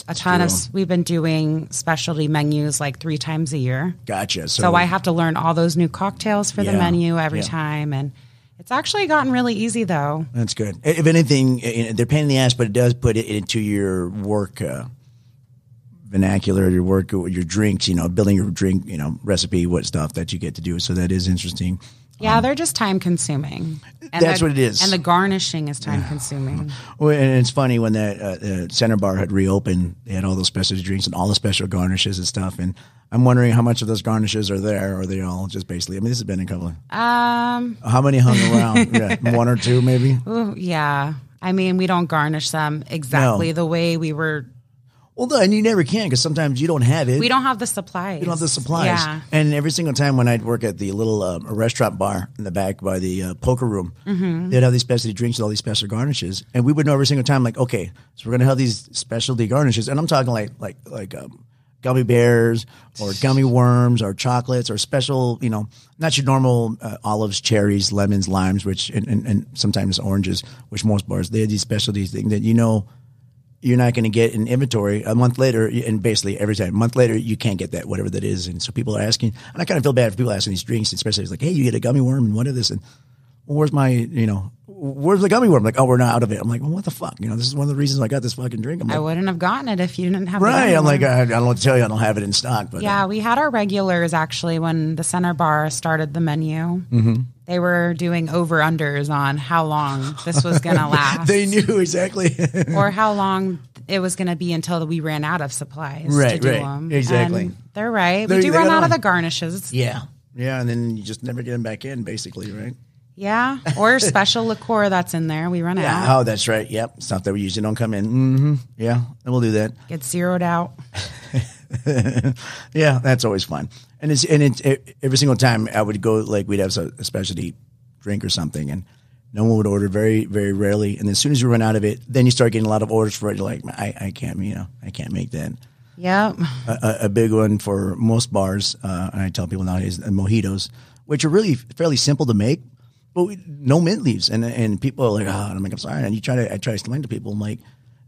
Speaker 2: a ton of. We've been doing specialty menus like three times a year,
Speaker 1: Gotcha. So,
Speaker 2: so I have to learn all those new cocktails for the
Speaker 1: Yeah.
Speaker 2: menu every
Speaker 1: Yeah.
Speaker 2: time, and it's actually gotten really easy though.
Speaker 1: That's good. I- If anything, i- i- they're pain in the ass, but it does put it into your work uh, vernacular, your work, uh, your drinks. You know, building your drink, you know, recipe, what stuff that you get to do. So that is interesting.
Speaker 2: Yeah, they're just time consuming. And
Speaker 1: That's
Speaker 2: the-
Speaker 1: what it is.
Speaker 2: And the garnishing is time consuming.
Speaker 1: Well, and it's funny when that uh, uh, center bar had reopened, they had all those special drinks and all the special garnishes and stuff. And I'm wondering how much of those garnishes are there, or are they all just basically? I mean, this has been a couple. Of,
Speaker 2: Um.
Speaker 1: how many hung around? yeah, one or two, maybe.
Speaker 2: Ooh, Oh, yeah. I mean, we don't garnish them exactly the way we were.
Speaker 1: Well, no, and you never can because sometimes you don't have it.
Speaker 2: We don't have the supplies.
Speaker 1: You don't have the supplies.
Speaker 2: Yeah.
Speaker 1: And every single time when I'd work at the little um, restaurant bar in the back by the uh, poker room, they'd have these specialty drinks with all these special garnishes, and we would know every single time, like, okay, so we're gonna have these specialty garnishes, and I'm talking like like like um, gummy bears or gummy worms or chocolates or special, you know, not your normal uh, olives, cherries, lemons, limes, which and, and, and sometimes oranges, which most bars they had these specialty things that you know you're not going to get an inventory a month later, and basically every time a month later you can't get that whatever that is, and so people are asking, and I kind of feel bad for people asking these drinks, especially it's like, hey, you get a gummy worm and what is this, and well, where's my, you know, where's the gummy worm? Like, oh, we're not out of it. I'm like, well, what the fuck, you know, this is one of the reasons I got this fucking drink. I'm
Speaker 2: I
Speaker 1: like,
Speaker 2: wouldn't have gotten it if you didn't have the
Speaker 1: right,
Speaker 2: other
Speaker 1: I'm like,
Speaker 2: one.
Speaker 1: I, I don't know what to tell you, I don't have it in stock, but uh,
Speaker 2: yeah, we had our regulars actually when the center bar started the menu. Mm-hmm. They were doing over unders on how long this was going to last
Speaker 1: they knew exactly.
Speaker 2: or how long it was going to be until we ran out of supplies. to
Speaker 1: Right,
Speaker 2: do
Speaker 1: right.
Speaker 2: them.
Speaker 1: Exactly.
Speaker 2: And they're right.
Speaker 1: They-
Speaker 2: we do
Speaker 1: they
Speaker 2: run
Speaker 1: got
Speaker 2: out of
Speaker 1: on.
Speaker 2: the garnishes.
Speaker 1: yeah, yeah, and then you just never get them back in, basically, right?
Speaker 2: Yeah. Or special liqueur that's in there. We run out.
Speaker 1: Oh, that's right. Yep, stuff that we usually don't come in. Mm-hmm. Yeah, and we'll do that.
Speaker 2: Get zeroed out.
Speaker 1: yeah, that's always fun. And it's and it's e- every single time I would go like we'd have a, a specialty drink or something, and no one would order very very rarely. And as soon as you run out of it, then you start getting a lot of orders for it. You're like, I, I can't you know I can't make that.
Speaker 2: Yep.
Speaker 1: A, a, a big one for most bars, uh, and I tell people nowadays uh, mojitos, which are really fairly simple to make, but we, no mint leaves. And and people are like, oh, and I'm like, I'm sorry. And you try to I try to explain to people, I'm like,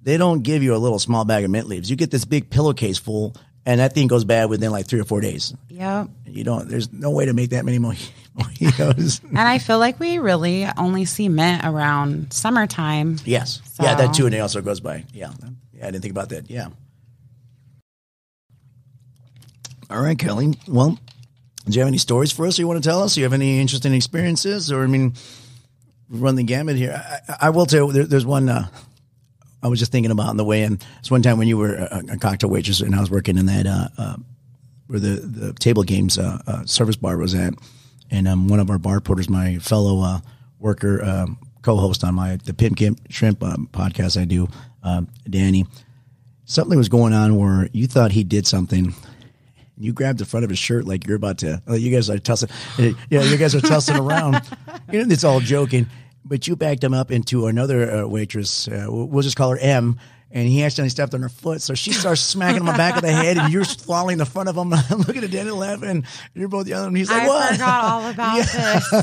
Speaker 1: they don't give you a little small bag of mint leaves. You get this big pillowcase full, and that thing goes bad within like three or four days.
Speaker 2: Yep.
Speaker 1: You don't. There's no way to make that many moj- mojitos.
Speaker 2: And I feel like we really only see mint around summertime.
Speaker 1: yes. Yeah, that
Speaker 2: So-
Speaker 1: too, and it also goes by. Yeah. yeah. I didn't think about that. Yeah. All right, Kelly. Well, do you have any stories for us you want to tell us? Do you have any interesting experiences, or I mean, run the gamut here? I, I- I will tell. you, There, there's one. Uh, I was just thinking about on the way in. It's one time when you were a, a cocktail waitress, and I was working in that uh, uh, where the, the table games uh, uh, service bar was at, and um, one of our bar porters, my fellow uh, worker, um, co-host on my the Pimp Shrimp um, podcast I do, um, Danny. Something was going on where you thought he did something. You grabbed the front of his shirt like you're about to. Like you guys are tussling. Yeah, you guys are tussling around. You know, it's all joking. But you backed him up into another uh, waitress. Uh, we'll we'll just call her M. and he accidentally stepped on her foot. So she starts smacking him on the back of the head, and you're falling in front of him. I'm looking at Dan and laughing. and You're both yelling. And he's like,
Speaker 2: I
Speaker 1: "What?"
Speaker 2: forgot all about this.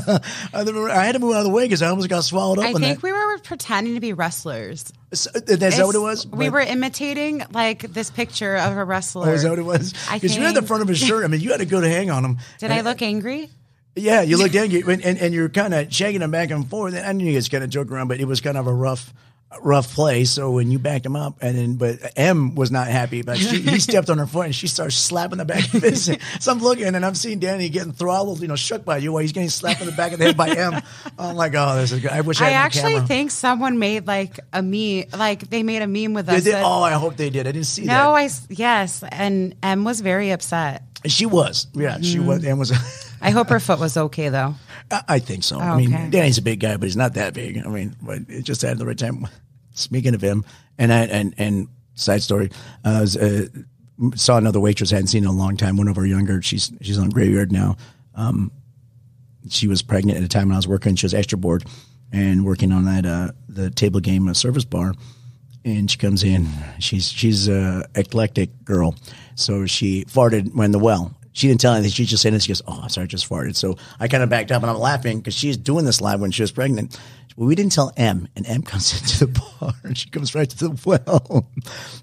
Speaker 1: I remember- I had to move out of the way because I almost got swallowed up
Speaker 2: I
Speaker 1: in
Speaker 2: think
Speaker 1: that.
Speaker 2: we were pretending to be wrestlers.
Speaker 1: So, is that what it was?
Speaker 2: We
Speaker 1: But-
Speaker 2: were imitating like this picture of a wrestler.
Speaker 1: Oh, is that what it was?
Speaker 2: I
Speaker 1: Because you had the
Speaker 2: think-
Speaker 1: front of his shirt. I mean, you had a good hang on him.
Speaker 2: Did I look angry?
Speaker 1: Yeah, you looked angry, and, and, and you're kind of shaking him back and forth. And I knew you guys kind of joke around, but it was kind of a rough, rough play. So when you backed him up, and then but M was not happy, but she, he stepped on her foot and she starts slapping the back of his. so I'm looking and I'm seeing Danny getting throttled, you know, shook by you while he's getting slapped in the back of the head by M. I'm like, oh, this is good. I wish I,
Speaker 2: I
Speaker 1: had my
Speaker 2: actually
Speaker 1: camera.
Speaker 2: think someone made like a meme, like they made a meme with
Speaker 1: They
Speaker 2: us.
Speaker 1: did-
Speaker 2: that-
Speaker 1: oh, I hope they did. I didn't see
Speaker 2: no,
Speaker 1: that.
Speaker 2: I s- yes, and M was very upset.
Speaker 1: she was, yeah, she
Speaker 2: Mm-hmm.
Speaker 1: was, and was.
Speaker 2: I hope her foot was okay though.
Speaker 1: I I think so. I mean,
Speaker 2: okay.
Speaker 1: Danny's a big guy, but he's not that big. I mean, but it just had the right time. Speaking of him, and I, and and side story, I was, uh, saw another waitress I hadn't seen in a long time. One of our younger, she's she's on graveyard now. Um, she was pregnant at a time when I was working. She was extra bored and working on that uh, the table game uh, service bar. And she comes in. She's she's a eclectic girl, so she farted when the well. She didn't tell anything. She just said it. She goes, "Oh, sorry, I just farted." So I kind of backed up and I'm laughing because she's doing this live when she was pregnant. Well, we didn't tell M, and M comes into the bar and she comes right to the well,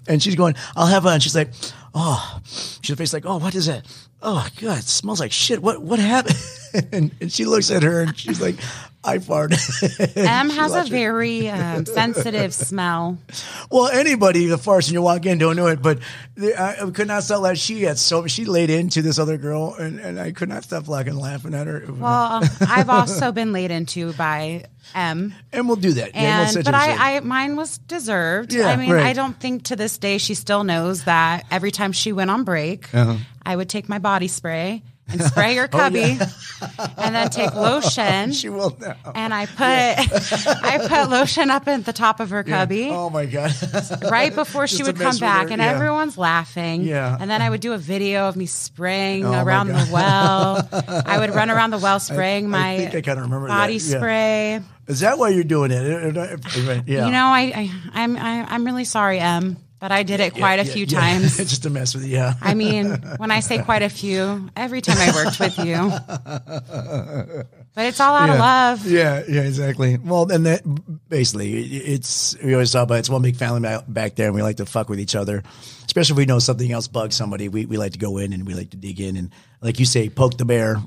Speaker 1: and she's going, "I'll have one." She's like, "Oh," she's face like, "Oh, what is that? Oh, God, it smells like shit. What what happened?" and, and she looks at her and she's like, "I farted."
Speaker 2: M has a very um, sensitive smell.
Speaker 1: Well, anybody the first and you walk in don't know it, but the, I, I could not stop laughing. She got so she laid into this other girl, and, and I could not stop fucking laughing at her.
Speaker 2: Well, um, I've also been laid into by M,
Speaker 1: and we'll do that. yeah, we'll
Speaker 2: and
Speaker 1: set
Speaker 2: but
Speaker 1: you aside.
Speaker 2: I, I mine was deserved.
Speaker 1: Yeah,
Speaker 2: I mean,
Speaker 1: right.
Speaker 2: I don't think to this day she still knows that every time she went on break,
Speaker 1: Uh-huh.
Speaker 2: I would take my body spray and spray her cubby, and then take lotion.
Speaker 1: Oh, she will now.
Speaker 2: and I put I put lotion up at the top of her cubby
Speaker 1: Oh my god!
Speaker 2: right before she
Speaker 1: Just to
Speaker 2: would
Speaker 1: mess
Speaker 2: come
Speaker 1: with
Speaker 2: back,
Speaker 1: her,
Speaker 2: and
Speaker 1: yeah.
Speaker 2: everyone's laughing.
Speaker 1: Yeah. Oh,
Speaker 2: And then I would do a video of me spraying
Speaker 1: my
Speaker 2: around the
Speaker 1: God.
Speaker 2: well. I would run around the well spraying
Speaker 1: I
Speaker 2: my
Speaker 1: think I kinda remember
Speaker 2: body
Speaker 1: that, yeah.
Speaker 2: spray.
Speaker 1: Is that why you're doing it? Yeah.
Speaker 2: You know, I, I I'm I, I'm really sorry, Em, but I did it quite a
Speaker 1: Yeah,
Speaker 2: few
Speaker 1: yeah.
Speaker 2: times.
Speaker 1: Just to mess with you. Yeah.
Speaker 2: I mean, when I say quite a few, every time I worked with you. But it's all out of love.
Speaker 1: Yeah, yeah, exactly. Well, and that basically, it- it's we always talk about it's one big family ba- back there, and we like to fuck with each other, especially if we know something else bugs somebody. We we like to go in and we like to dig in and, like you say, poke the bear.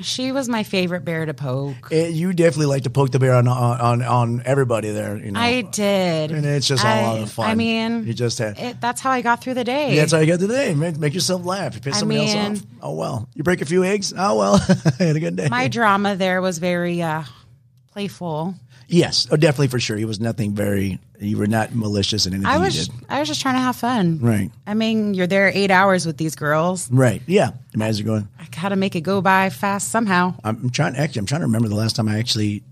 Speaker 2: She was my favorite bear to poke.
Speaker 1: Eh, you definitely like to poke the bear on on on, on everybody there. You know,
Speaker 2: I did.
Speaker 1: and it's just all a lot of fun.
Speaker 2: I mean,
Speaker 1: you just had.
Speaker 2: it, that's how I got through the day.
Speaker 1: that's how you got today. Make, make yourself laugh. You piss
Speaker 2: I
Speaker 1: somebody
Speaker 2: mean-
Speaker 1: else off. Oh well. You break a few eggs. Oh well. I had a good day.
Speaker 2: my drama there was very uh, playful.
Speaker 1: yes. Oh, definitely for sure. He was nothing very. You were not malicious in anything
Speaker 2: I
Speaker 1: you
Speaker 2: was
Speaker 1: did.
Speaker 2: I was just trying to have fun.
Speaker 1: Right.
Speaker 2: I mean, you're there eight hours with these girls.
Speaker 1: Right. Yeah. Imagine going.
Speaker 2: I gotta make it go by fast somehow.
Speaker 1: I'm trying. Actually, I'm trying to remember the last time I actually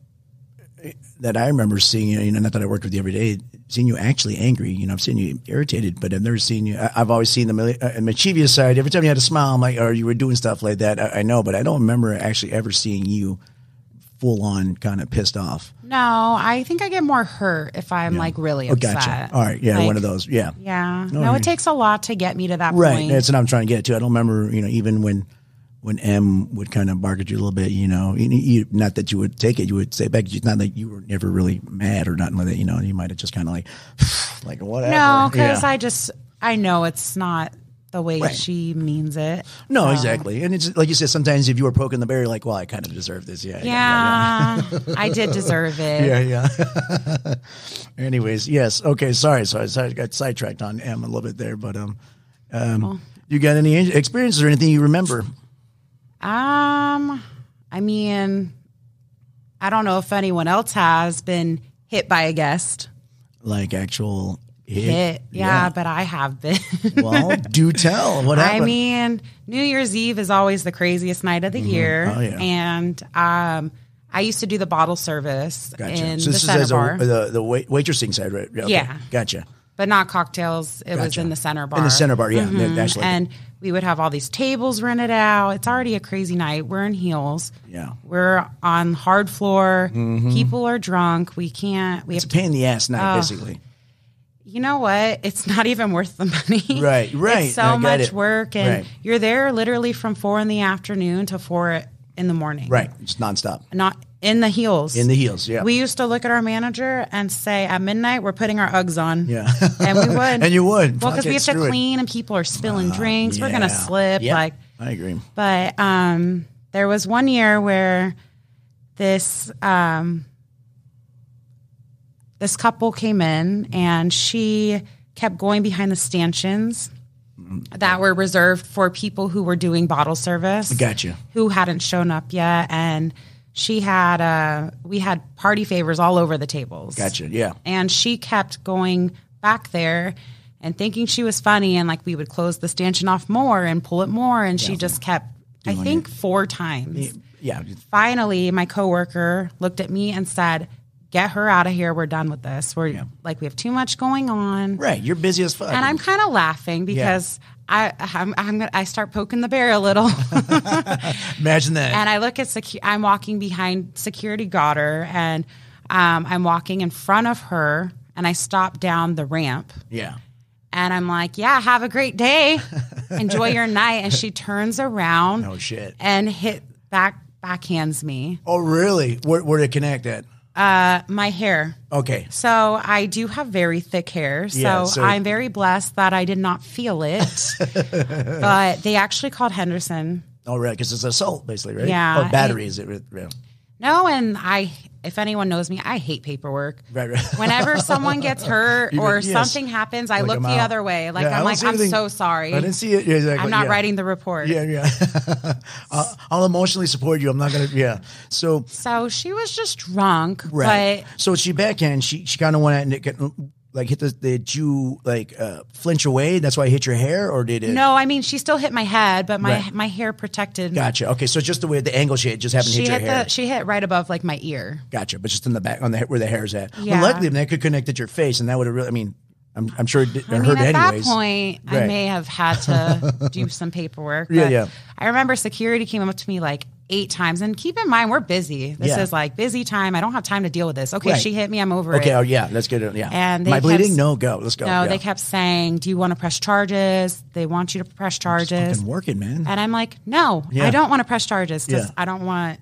Speaker 1: that I remember seeing you. You know, not that I worked with you every day, seeing you actually angry. You know, I've seen you irritated, but I've never seen you. I, I've always seen the mali- uh, mischievous side. Every time you had a smile, I'm like, or you were doing stuff like that. I, I know, but I don't remember actually ever seeing you full on kind of pissed off.
Speaker 2: No, I think I get more hurt if I'm like really
Speaker 1: Oh,
Speaker 2: upset.
Speaker 1: gotcha. All right, yeah,
Speaker 2: Like,
Speaker 1: one of those. Yeah,
Speaker 2: Yeah. no, it takes a lot to get me to that
Speaker 1: Right.
Speaker 2: point.
Speaker 1: That's what I'm trying to get to. I don't remember, you know, even when when M would kind of bark at you a little bit, you know, you, you, not that you would take it, you would say back. It's not like you were never really mad or nothing like that. You know, you might have just kind of like, like whatever.
Speaker 2: no, because
Speaker 1: Yeah.
Speaker 2: I just I know it's not the way she means it.
Speaker 1: no, exactly. And it's like you said, sometimes if you were poking the bear, you're like, well, I kind of deserve this. Yeah.
Speaker 2: Yeah, I did deserve it.
Speaker 1: Yeah. Yeah. yeah. Anyways, yes. Okay. Sorry. Sorry. Sorry. I got sidetracked on M a little bit there, but, um, um, you got any experiences or anything you remember?
Speaker 2: Um, I mean, I don't know if anyone else has been hit by a guest.
Speaker 1: Like actual hit?
Speaker 2: Hit, yeah, but I have been.
Speaker 1: Well, do tell. What
Speaker 2: I
Speaker 1: happened?
Speaker 2: mean, New Year's Eve is always the craziest night of the year,
Speaker 1: Oh, yeah.
Speaker 2: and um, I used to do the bottle service
Speaker 1: gotcha.
Speaker 2: in
Speaker 1: so
Speaker 2: the
Speaker 1: this is
Speaker 2: center
Speaker 1: as
Speaker 2: bar,
Speaker 1: a, uh, the the wait, waitressing side, right? okay.
Speaker 2: Yeah.
Speaker 1: Gotcha.
Speaker 2: but not cocktails. It was
Speaker 1: Gotcha.
Speaker 2: in the center bar. Mm-hmm.
Speaker 1: In the center bar, yeah. mm Actually,
Speaker 2: and we would have all these tables rented out. It's already a crazy night. We're in heels.
Speaker 1: Yeah. Mm-hmm.
Speaker 2: We're on hard floor. People are drunk. We can't. We
Speaker 1: it's a
Speaker 2: have Oh.
Speaker 1: pain in the ass night, basically.
Speaker 2: to, you know what? It's not even worth the money.
Speaker 1: Right, right.
Speaker 2: It's
Speaker 1: I
Speaker 2: so
Speaker 1: get
Speaker 2: much
Speaker 1: it.
Speaker 2: work, and
Speaker 1: Right.
Speaker 2: you're there literally from four in the afternoon to four in the morning.
Speaker 1: Right. Just nonstop.
Speaker 2: Not in the heels.
Speaker 1: In the heels. Yeah.
Speaker 2: We used to look at our manager and say, at midnight, we're putting our Uggs on.
Speaker 1: Yeah.
Speaker 2: And we would.
Speaker 1: And you would.
Speaker 2: Well, because
Speaker 1: Fuck it,
Speaker 2: we have to
Speaker 1: screw it. Ah,
Speaker 2: clean and people are spilling drinks. We're going to
Speaker 1: Yeah.
Speaker 2: slip.
Speaker 1: Yeah.
Speaker 2: Like,
Speaker 1: I agree.
Speaker 2: but um, there was one year where this um, this couple came in and she kept going behind the stanchions
Speaker 1: Mm.
Speaker 2: that were reserved for people who were doing bottle service
Speaker 1: Gotcha.
Speaker 2: who hadn't shown up yet and she had uh, we had party favors all over the tables
Speaker 1: Gotcha. Yeah.
Speaker 2: and she kept going back there and thinking she was funny and like we would close the stanchion off more and pull it more and she just kept I think four times.
Speaker 1: Yeah.
Speaker 2: Finally, my coworker looked at me and said, "Get her out of here. We're done with this. We're like we have too much going on."
Speaker 1: Right. You're busy as fuck.
Speaker 2: And I'm kind of laughing because I I'm, I'm gonna, I start poking the bear a little.
Speaker 1: Imagine that.
Speaker 2: and I look at secu- I'm walking behind security guard her, and um, I'm walking in front of her, and I stop down the ramp,
Speaker 1: yeah.
Speaker 2: and I'm like, "Yeah, have a great day, enjoy your night." And she turns around,
Speaker 1: Oh, shit.
Speaker 2: and hit back backhands me
Speaker 1: Oh, really? Where, where to connect at?
Speaker 2: uh, my hair.
Speaker 1: Okay.
Speaker 2: So I do have very thick hair, so,
Speaker 1: Yeah, so-
Speaker 2: I'm very blessed that I did not feel it. but they actually called Henderson.
Speaker 1: Oh, right. Because it's assault, basically, right?
Speaker 2: Yeah.
Speaker 1: Or battery, is it? Right, Yeah.
Speaker 2: No, and I, if anyone knows me, I hate paperwork.
Speaker 1: Right, right.
Speaker 2: Whenever someone gets hurt
Speaker 1: You
Speaker 2: or
Speaker 1: go, yes.
Speaker 2: something happens, I
Speaker 1: Like,
Speaker 2: look
Speaker 1: I'm
Speaker 2: the
Speaker 1: out.
Speaker 2: other way. Like
Speaker 1: Yeah, I
Speaker 2: I'm
Speaker 1: don't
Speaker 2: like,
Speaker 1: see
Speaker 2: I'm
Speaker 1: anything.
Speaker 2: so sorry.
Speaker 1: I didn't see it. Yeah, exactly.
Speaker 2: I'm not
Speaker 1: yeah.
Speaker 2: writing the report.
Speaker 1: Yeah, yeah. I'll, I'll emotionally support you. I'm not gonna. Yeah. So
Speaker 2: So she was just drunk,
Speaker 1: right.
Speaker 2: but
Speaker 1: so she backhand. She she kind of went out and it got, like hit the. Did you like uh, flinch away? That's why it hit your hair, or did it?
Speaker 2: no, I mean she still hit my head, but my
Speaker 1: Right.
Speaker 2: my hair protected.
Speaker 1: Gotcha. Okay. So just the way the angle she hit just happened to
Speaker 2: She
Speaker 1: hit your
Speaker 2: hit
Speaker 1: hair.
Speaker 2: the she hit right above like my ear.
Speaker 1: Gotcha, but just in the back on the where the hair's at.
Speaker 2: Yeah.
Speaker 1: But luckily, that could connect at your face, and that would have really. I mean, I'm, I'm sure it, did,
Speaker 2: I mean,
Speaker 1: hurt
Speaker 2: at
Speaker 1: anyways.
Speaker 2: that point, I
Speaker 1: Right.
Speaker 2: may have had to do some paperwork.
Speaker 1: Yeah,
Speaker 2: but
Speaker 1: yeah.
Speaker 2: I remember security came up to me like eight times, and keep in mind we're busy. This
Speaker 1: Yeah.
Speaker 2: is like busy time. I don't have time to deal with this. Okay,
Speaker 1: Right.
Speaker 2: she hit me. I'm over
Speaker 1: okay,
Speaker 2: it.
Speaker 1: oh yeah, let's get it. Yeah,
Speaker 2: And they
Speaker 1: my
Speaker 2: kept-
Speaker 1: bleeding? No, go. Let's go.
Speaker 2: No,
Speaker 1: yeah.
Speaker 2: they kept saying, "Do you want to press charges? They want you to press charges."
Speaker 1: Fucking working, man.
Speaker 2: And I'm like, "No,
Speaker 1: Yeah.
Speaker 2: I don't want to press charges because
Speaker 1: Yeah.
Speaker 2: I don't want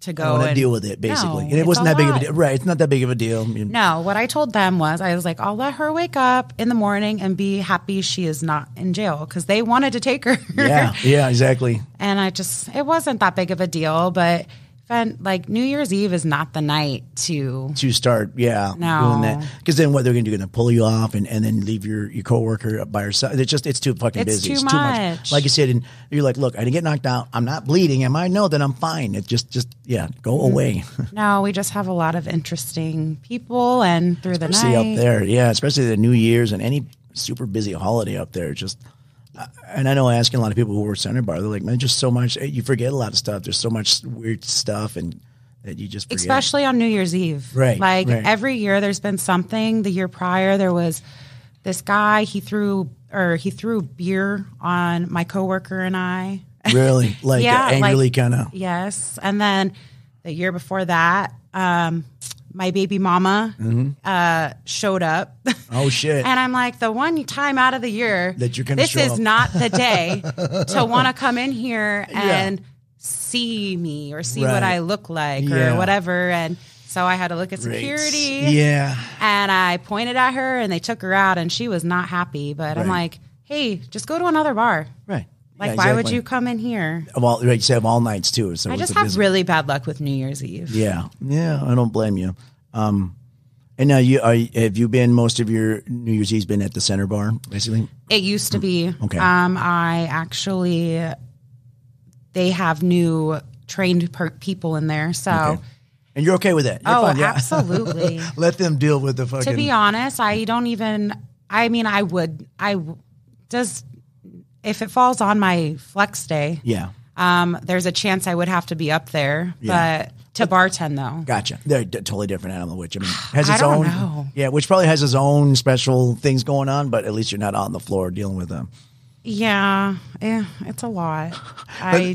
Speaker 2: to go
Speaker 1: I want to
Speaker 2: and
Speaker 1: deal with it basically,
Speaker 2: No,
Speaker 1: and it
Speaker 2: it's
Speaker 1: wasn't
Speaker 2: a
Speaker 1: that big of a
Speaker 2: lot.
Speaker 1: deal. Right, it's not that big of a deal. I mean,
Speaker 2: No, what I told them was I was like, I'll let her wake up in the morning and be happy she is not in jail because they wanted to take her.
Speaker 1: Yeah, yeah, exactly.
Speaker 2: and I just it wasn't that big of a deal, but then like New Year's Eve is not the night to
Speaker 1: To start, yeah,
Speaker 2: No.
Speaker 1: doing that because then what they're going to do? Going to pull you off and, and then leave your your coworker up by herself. It's just it's too fucking
Speaker 2: It's
Speaker 1: busy.
Speaker 2: too
Speaker 1: it's too much.
Speaker 2: much.
Speaker 1: Like you said, and you're like, look, I didn't get knocked out. I'm not bleeding. Am I? No, then I'm fine. It just just yeah, go
Speaker 2: Mm-hmm.
Speaker 1: away.
Speaker 2: no, we just have a lot of interesting people and through the
Speaker 1: See
Speaker 2: night.
Speaker 1: up there, yeah, especially the New Year's and any super busy holiday up there. Just uh, and I know asking a lot of people who work center bar, they're like, man, just so much. You forget a lot of stuff. There's so much weird stuff and that you just forget.
Speaker 2: especially on New Year's Eve.
Speaker 1: Right,
Speaker 2: Like
Speaker 1: right.
Speaker 2: every year, there's been something. The year prior, there was this guy. He threw or he threw beer on my coworker and I.
Speaker 1: really like
Speaker 2: Yeah, like-
Speaker 1: angrily kind of.
Speaker 2: Yes, and then the year before that, um, my baby mama
Speaker 1: Mm-hmm.
Speaker 2: uh, showed up.
Speaker 1: Oh shit.
Speaker 2: And I'm like, the one time out of the year
Speaker 1: That you're gonna
Speaker 2: this
Speaker 1: show
Speaker 2: is
Speaker 1: up.
Speaker 2: not the day to want to come in here and see me or see
Speaker 1: Right.
Speaker 2: what I look like
Speaker 1: Yeah.
Speaker 2: or whatever. And so I had to look at
Speaker 1: Great.
Speaker 2: security
Speaker 1: Yeah.
Speaker 2: and I pointed at her and they took her out and she was not happy. But I'm
Speaker 1: Right.
Speaker 2: like, hey, just go to another bar.
Speaker 1: Right.
Speaker 2: Like,
Speaker 1: Yeah,
Speaker 2: why would
Speaker 1: exactly.
Speaker 2: you come in here?
Speaker 1: Of all, right, you said of all nights too. So
Speaker 2: I
Speaker 1: it's
Speaker 2: just
Speaker 1: a
Speaker 2: have
Speaker 1: busy-
Speaker 2: really bad luck with New Year's Eve.
Speaker 1: Yeah, yeah. I don't blame you. Um, and now you are, have you been most of your New Year's Eve's been at the center bar basically.
Speaker 2: It used to be.
Speaker 1: Okay.
Speaker 2: Um, I actually, they have new trained per- people in there. So,
Speaker 1: Oh. And you're okay with that? You're
Speaker 2: oh,
Speaker 1: fine, yeah.
Speaker 2: absolutely.
Speaker 1: Let them deal with the fucking.
Speaker 2: to be honest, I don't even, I mean, I would, I w- does, if it falls on my flex day,
Speaker 1: yeah,
Speaker 2: um, there's a chance I would have to be up there.
Speaker 1: Yeah.
Speaker 2: But to bartend though,
Speaker 1: gotcha. They're d- totally different animal. Which I mean, has
Speaker 2: I
Speaker 1: its
Speaker 2: don't
Speaker 1: own.
Speaker 2: know.
Speaker 1: Yeah, which probably has its own special things going on. But at least you're not on the floor dealing with them.
Speaker 2: Yeah, yeah, it's a lot. I,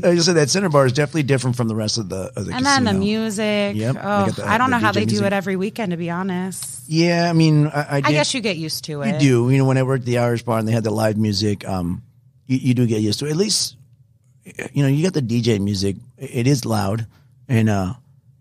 Speaker 1: But uh, as I said that center bar is definitely different from the rest of the of the casino.
Speaker 2: and then the music.
Speaker 1: Yep, they
Speaker 2: Oh,
Speaker 1: got the-
Speaker 2: I don't
Speaker 1: the
Speaker 2: know how
Speaker 1: DJ
Speaker 2: they do
Speaker 1: music.
Speaker 2: it every weekend. To be honest,
Speaker 1: Yeah, I mean, I, I,
Speaker 2: I
Speaker 1: did-
Speaker 2: guess you get used to it.
Speaker 1: you do. You know, when I worked at the Irish bar and they had the live music, um, you, you do get used to it. At least, you know, you got the DJ music. It is loud, and uh,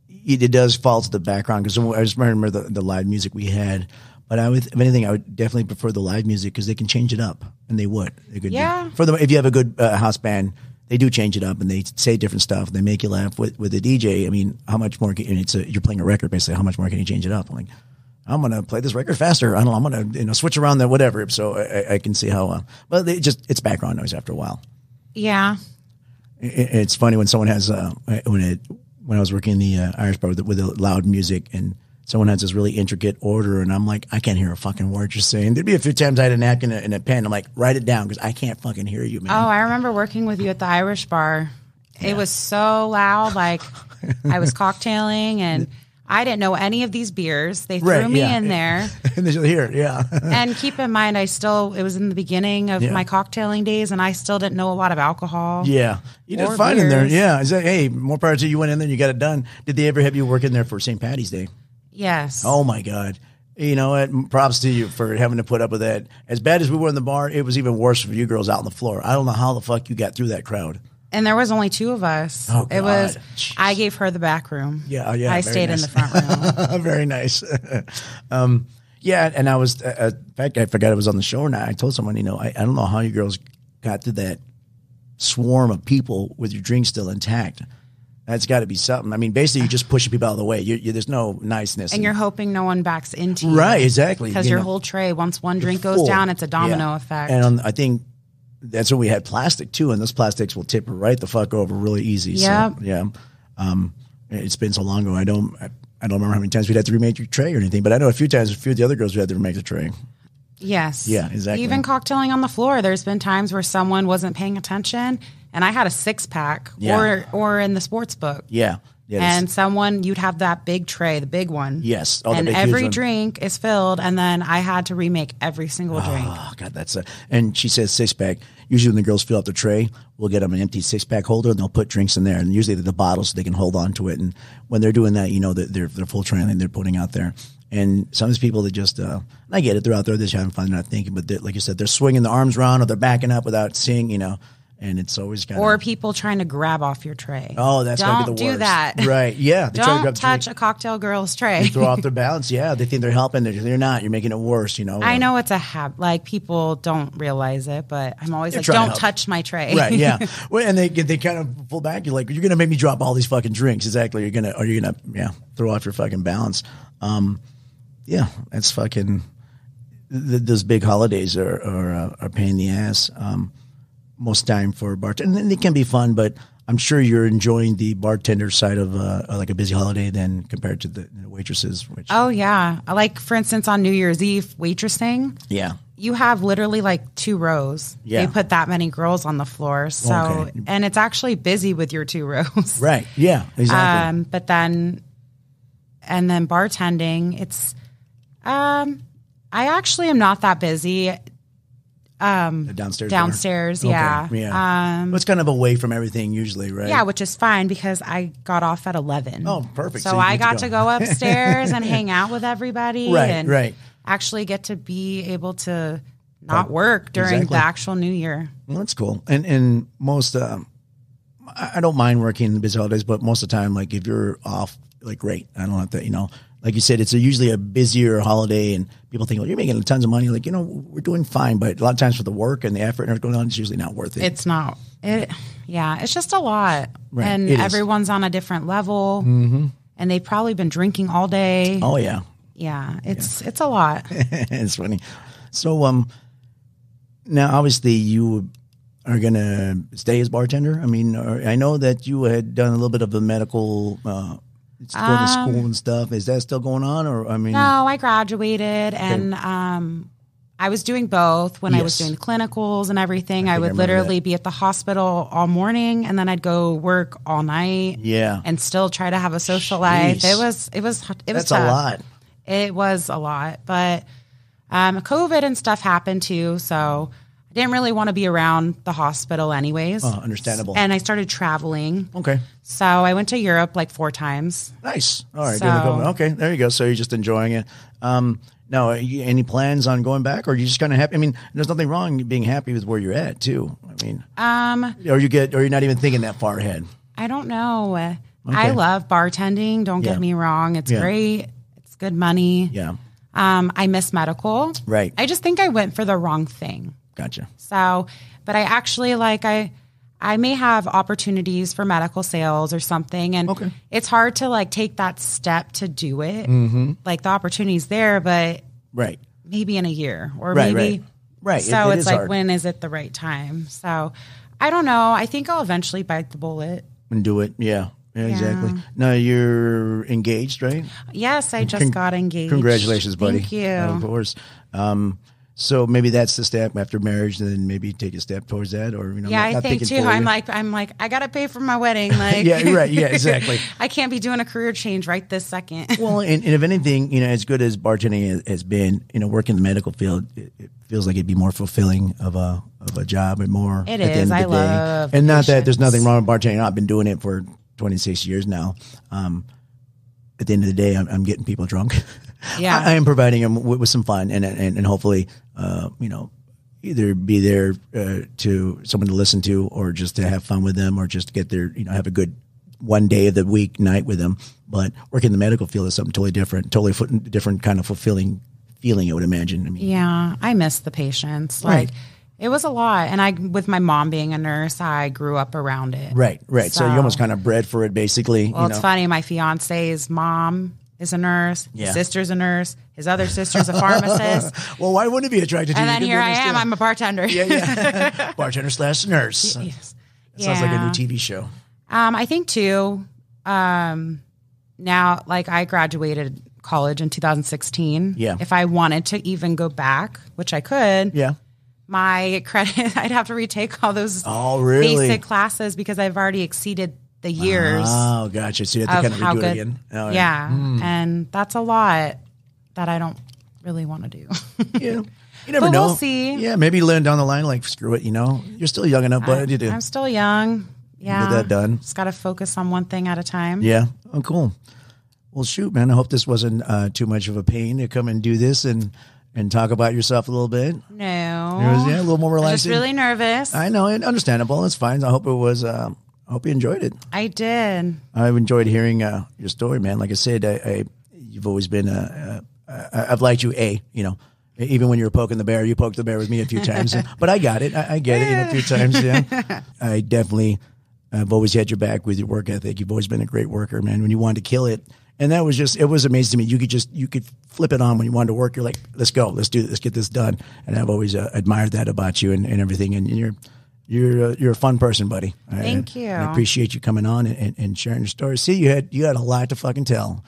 Speaker 1: it, it does fall to the background because I just remember the, the live music we had. But I would, if anything, I would definitely prefer the live music because they can change it up, and they would. They could do-
Speaker 2: Yeah.
Speaker 1: for the if you have a good uh, house band, they do change it up and they say different stuff. They make you laugh with with the DJ. I mean, how much more? Can, and it's a, you're playing a record basically. How much more can you change it up? I'm like, I'm gonna play this record faster. I don't. know. I'm gonna you know switch around the whatever. So I, I- I can see how. Uh, but they just it's background noise after a while.
Speaker 2: Yeah,
Speaker 1: I- I- it's funny when someone has uh, when it when I was working in the uh, Irish bar with, the- with the loud music and someone has this really intricate order and I'm like I can't hear a fucking word you're saying. There'd be a few times I had a napkin and a, and a pen. I'm like write it down because I can't fucking hear you, man.
Speaker 2: Oh, I remember working with you at the Irish bar. It was so loud. Like I was cocktailing and I didn't know any of these beers. They threw
Speaker 1: Right,
Speaker 2: me
Speaker 1: yeah.
Speaker 2: in there.
Speaker 1: and they should hear it. Yeah.
Speaker 2: and keep in mind, I still, it was in the beginning of
Speaker 1: Yeah.
Speaker 2: my cocktailing days and I still didn't know a lot of alcohol.
Speaker 1: Yeah, you did
Speaker 2: Or
Speaker 1: fine in there.
Speaker 2: beers.
Speaker 1: Yeah, is that, hey, more power to you. Went in there, you got it done. Did they ever have you work in there for St. Patty's Day?
Speaker 2: Yes.
Speaker 1: Oh my God! You know what? Props to you for having to put up with that. As bad as we were in the bar, it was even worse for you girls out on the floor. I don't know how the fuck you got through that crowd.
Speaker 2: And there was only two of us.
Speaker 1: Oh,
Speaker 2: It was,
Speaker 1: God. Jeez.
Speaker 2: I gave her the back room.
Speaker 1: Yeah, oh, yeah,
Speaker 2: I
Speaker 1: very
Speaker 2: stayed
Speaker 1: nice.
Speaker 2: in the front room.
Speaker 1: Very nice. um, yeah, and I was. Uh, uh, in fact, I forgot I was on the show, and I I told someone, you know, I, I don't know how you girls got through that swarm of people with your drink still intact. That's got to be something. I mean, basically, you're just pushing people out of the way. You, you, there's no niceness.
Speaker 2: and you're hoping no one backs into you.
Speaker 1: Right, exactly.
Speaker 2: Because
Speaker 1: You
Speaker 2: your
Speaker 1: know,
Speaker 2: whole tray, once one drink goes
Speaker 1: full.
Speaker 2: down, it's a domino
Speaker 1: Yeah.
Speaker 2: effect.
Speaker 1: And on, I think that's when we had plastic too, and those plastics will tip right the fuck over really easy.
Speaker 2: Yep.
Speaker 1: So, yeah. Um, it's been so long ago. I don't. I, I don't remember how many times we'd have to remake your tray or anything, but I know a few times, a few of the other girls we had to remake the tray.
Speaker 2: Yes.
Speaker 1: Yeah, exactly.
Speaker 2: Even cocktailing on the floor, there's been times where someone wasn't paying attention and I had a six pack
Speaker 1: Yeah.
Speaker 2: or or in the sports book.
Speaker 1: Yeah. Yeah. that's-
Speaker 2: And someone you'd have that big tray, the big one.
Speaker 1: Yes. Oh, the
Speaker 2: and
Speaker 1: big, huge
Speaker 2: every
Speaker 1: one.
Speaker 2: drink is filled and then I had to remake every single drink.
Speaker 1: Oh God, that's a. And she says six pack. Usually, when the girls fill out the tray, we'll get them an empty six pack holder, and they'll put drinks in there, and usually they're the bottles so they can hold on to it. And when they're doing that, you know, that they're they're full training they're putting out there. And some of these people that just, uh, and I get it, they're out there, they're just having fun, they're not thinking. But they're- like you said, they're swinging their arms around or they're backing up without seeing, you know. And it's always kind
Speaker 2: Or
Speaker 1: of.
Speaker 2: people trying to grab off your tray.
Speaker 1: Oh, that's
Speaker 2: Don't
Speaker 1: gotta be the
Speaker 2: do
Speaker 1: worst.
Speaker 2: that.
Speaker 1: Right? Yeah. They try to
Speaker 2: Don't
Speaker 1: grab the drink,
Speaker 2: touch a cocktail girl's tray.
Speaker 1: throw off their balance. Yeah, they think they're helping. They're, they're not. You're making it worse. You know.
Speaker 2: I know it's a habit. Like people don't realize it, but I'm always like,
Speaker 1: trying to
Speaker 2: don't
Speaker 1: help.
Speaker 2: touch my tray.
Speaker 1: Right. Yeah. well, and they they kind of pull back. You're like, you're gonna make me drop all these fucking drinks. Exactly. You're gonna, or you're gonna, yeah, throw off your fucking balance. Um, yeah, that's fucking. Th- those big holidays are are, uh, are a pain in the ass. Um, most time for a bartender, and it can be fun, but I'm sure you're enjoying the bartender side of uh, like a busy holiday than compared to the waitresses. Which,
Speaker 2: Oh yeah. Like for instance on New Year's Eve waitressing,
Speaker 1: yeah,
Speaker 2: you have literally like two rows.
Speaker 1: Yeah.
Speaker 2: You put that many girls on the floor. So
Speaker 1: Okay.
Speaker 2: and it's actually busy with your two rows.
Speaker 1: right, yeah, exactly.
Speaker 2: Um but then and then bartending, it's um I actually am not that busy
Speaker 1: The downstairs, dinner.
Speaker 2: downstairs,
Speaker 1: Okay,
Speaker 2: um, yeah.
Speaker 1: yeah. Um, it's kind of away from everything usually, right?
Speaker 2: Yeah, which is fine because I got off at eleven.
Speaker 1: Oh, perfect.
Speaker 2: So,
Speaker 1: So you
Speaker 2: I
Speaker 1: get to
Speaker 2: got
Speaker 1: go.
Speaker 2: to go upstairs and hang out with everybody,
Speaker 1: Right,
Speaker 2: And
Speaker 1: right.
Speaker 2: Actually, get to be able to not work during
Speaker 1: exactly.
Speaker 2: the actual New Year.
Speaker 1: Well, that's cool. And and most, um, I I don't mind working the busy holidays, but most of the time, like if you're off, like great, I don't have to, you know. Like you said, it's a, usually a busier holiday, and people think, "Well, you're making tons of money." Like you know, we're doing fine, but a lot of times for the work and the effort and everything going on, it's usually not worth it.
Speaker 2: It's not it. Yeah, it's just a lot,
Speaker 1: Right,
Speaker 2: and
Speaker 1: it is.
Speaker 2: everyone's on a different level, mm-hmm. and they've probably been drinking all day.
Speaker 1: oh yeah,
Speaker 2: Yeah, it's it's a lot.
Speaker 1: it's funny. So um, now obviously you are gonna stay as bartender. I mean, or, I know that you had done a little bit of the medical, uh, going to school and stuff. Is that still going on, or I mean,
Speaker 2: Um, No, I graduated and um, I was doing both when I was
Speaker 1: Yes.
Speaker 2: doing clinicals and everything. I,
Speaker 1: I
Speaker 2: would
Speaker 1: remember
Speaker 2: literally be at the hospital all morning and then I'd go work all night
Speaker 1: yeah,
Speaker 2: and still try to have a social life.
Speaker 1: Jeez.
Speaker 2: It was it was it was
Speaker 1: That's
Speaker 2: tough.
Speaker 1: a lot.
Speaker 2: It was a lot, but um, COVID and stuff happened too. So I didn't really want to be around the hospital, anyways.
Speaker 1: Uh, understandable.
Speaker 2: And I started traveling.
Speaker 1: Okay.
Speaker 2: So I went to Europe like four times.
Speaker 1: Nice. All right.
Speaker 2: So-
Speaker 1: good recommend- okay. There you go. So you're just enjoying it. Um, now, are you- any plans on going back, or are you just kind of happy? I mean, there's nothing wrong being happy with where you're at, too. I mean,
Speaker 2: Um,
Speaker 1: or you get, or you're not even thinking that far ahead.
Speaker 2: I don't know. I love bartending. Don't
Speaker 1: Yeah.
Speaker 2: get me wrong. It's
Speaker 1: Yeah.
Speaker 2: great. It's good money.
Speaker 1: Yeah.
Speaker 2: Um, I miss medical.
Speaker 1: Right.
Speaker 2: I just think I went for the wrong thing.
Speaker 1: Gotcha.
Speaker 2: So, but I actually like I I may have opportunities for medical sales or something and
Speaker 1: Okay.
Speaker 2: it's hard to like take that step to do it. Mm-hmm. Like the opportunity's there, but
Speaker 1: Right.
Speaker 2: maybe in a year or
Speaker 1: Right,
Speaker 2: maybe
Speaker 1: right. Right. It-
Speaker 2: So
Speaker 1: it
Speaker 2: it's
Speaker 1: is
Speaker 2: like
Speaker 1: hard.
Speaker 2: when is it the right time? So I don't know. I think I'll eventually bite the bullet.
Speaker 1: And do it. Yeah. Yeah, exactly. Now you're engaged, right?
Speaker 2: Yes, I just got engaged.
Speaker 1: Congratulations, buddy.
Speaker 2: Thank you.
Speaker 1: Of course. Um, so maybe that's the step after marriage, and then maybe take a step towards that, or you know,
Speaker 2: yeah,
Speaker 1: not,
Speaker 2: I
Speaker 1: not
Speaker 2: think too.
Speaker 1: thinking for
Speaker 2: I'm
Speaker 1: you.
Speaker 2: like, I'm like, I gotta pay for my wedding. Like,
Speaker 1: yeah, right, yeah, exactly.
Speaker 2: I can't be doing a career change right this second.
Speaker 1: Well, and, and if anything, you know, as good as bartending has- has been, you know, working in the medical field, it, it feels like it'd be more fulfilling of a of a job and more.
Speaker 2: It
Speaker 1: at The
Speaker 2: is.
Speaker 1: end of
Speaker 2: I
Speaker 1: the day.
Speaker 2: love
Speaker 1: and not that there's
Speaker 2: patients.
Speaker 1: nothing wrong with bartending. I've been doing it for 26 years now. Um, at the end of the day, I'm, I'm getting people drunk.
Speaker 2: Yeah.
Speaker 1: I, I am providing them with, with some fun and and, and hopefully, uh, you know, either be there uh, to someone to listen to, or just to have fun with them, or just get their you know have a good one day of the week night with them. But working in the medical field is something totally different, totally fu- different kind of fulfilling feeling. I would imagine. I mean,
Speaker 2: Yeah, I miss the patients.
Speaker 1: Right.
Speaker 2: Like it was a lot, and I, with my mom being a nurse, I grew up around it.
Speaker 1: right, right. So, you're almost kind of bred for it, basically.
Speaker 2: Well,
Speaker 1: you
Speaker 2: it's
Speaker 1: know?
Speaker 2: funny. My fiance's mom is a nurse.
Speaker 1: Yeah.
Speaker 2: His sister's a nurse. His other sister's a pharmacist.
Speaker 1: Well, why wouldn't it be attracted to
Speaker 2: and
Speaker 1: you?
Speaker 2: then
Speaker 1: Good
Speaker 2: here I
Speaker 1: goodness,
Speaker 2: am.
Speaker 1: yeah.
Speaker 2: I'm a bartender.
Speaker 1: bartender slash nurse. Sounds
Speaker 2: Yes.
Speaker 1: like a
Speaker 2: Yeah.
Speaker 1: new TV show.
Speaker 2: Um, I think too. Um, now, like I graduated college in 2016.
Speaker 1: Yeah.
Speaker 2: If I wanted to even go back, which I could,
Speaker 1: Yeah.
Speaker 2: my credit, I'd have to retake all those
Speaker 1: Oh, really?
Speaker 2: basic classes because I've already exceeded the years
Speaker 1: Oh, gotcha. So you have
Speaker 2: of
Speaker 1: to kind of
Speaker 2: how
Speaker 1: redo it
Speaker 2: good.
Speaker 1: again. Oh, Hmm. All right.
Speaker 2: Yeah, and that's a lot that I don't really want to do.
Speaker 1: Yeah. You never
Speaker 2: But
Speaker 1: know.
Speaker 2: we'll see.
Speaker 1: Yeah, maybe you learn down the line, like, screw it, you know, you're still young enough, but you do.
Speaker 2: I'm still young. Yeah,
Speaker 1: that done.
Speaker 2: Just got to focus on one thing at a time.
Speaker 1: Yeah. Oh, cool. Well, shoot, man. I hope this wasn't uh, too much of a pain to come and do this and, and talk about yourself a little bit. It
Speaker 2: No,
Speaker 1: was, yeah, a little more
Speaker 2: I'm just
Speaker 1: relaxing.
Speaker 2: really nervous.
Speaker 1: I know, and understandable. It's fine. I hope it was, um, I hope you enjoyed it.
Speaker 2: I did.
Speaker 1: I've enjoyed hearing uh, your story, man. Like I said, I, I you've always been uh, uh, I, I've liked you. A, you know, even when you were poking the bear, you poked the bear with me a few times. but I got it. I, I get it. You know, a few times. Yeah, I definitely. I've always had your back with your work ethic. You've always been a great worker, man. When you wanted to kill it, and that was just it was amazing to me. You could just you could flip it on when you wanted to work. You're like, let's go, let's do, this, let's get this done. And I've always uh, admired that about you and, and everything. And you're you're uh, you're a fun person, buddy. I-
Speaker 2: Thank
Speaker 1: I-
Speaker 2: you.
Speaker 1: I appreciate you coming on and, and, and sharing your story. See, you had you had a lot to fucking tell.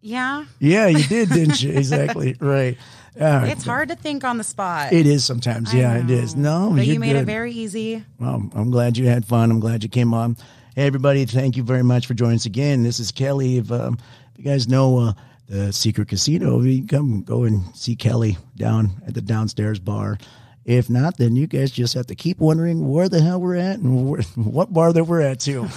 Speaker 2: Yeah.
Speaker 1: Yeah, you did, didn't you? Exactly. Right. All right.
Speaker 2: It's hard to think on the spot.
Speaker 1: It is sometimes. yeah, it is. No,
Speaker 2: but
Speaker 1: you're
Speaker 2: you made
Speaker 1: good.
Speaker 2: it very easy.
Speaker 1: Well, I'm glad you had fun. I'm glad you came on. Hey, everybody, thank you very much for joining us again. This is Kelly. If, um, if you guys know uh, the Secret Casino, you come go and see Kelly down at the downstairs bar. If not, then you guys just have to keep wondering where the hell we're at and where, what bar that we're at, too. All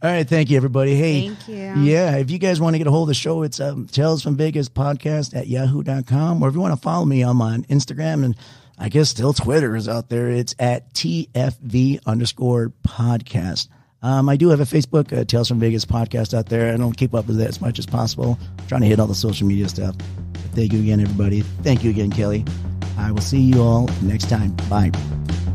Speaker 1: right. Thank you, everybody. Hey,
Speaker 2: Thank you.
Speaker 1: yeah, if you guys want to get a hold of the show, it's um, Tales from Vegas podcast at yahoo.com. Or if you want to follow me, I'm on Instagram and I guess still Twitter is out there. It's at TFV underscore podcast. Um, I do have a Facebook, uh, Tales from Vegas podcast out there. I don't keep up with it as much as possible. trying to hit all the social media stuff. But thank you again, everybody. Thank you again, Kelly. I will see you all next time. Bye.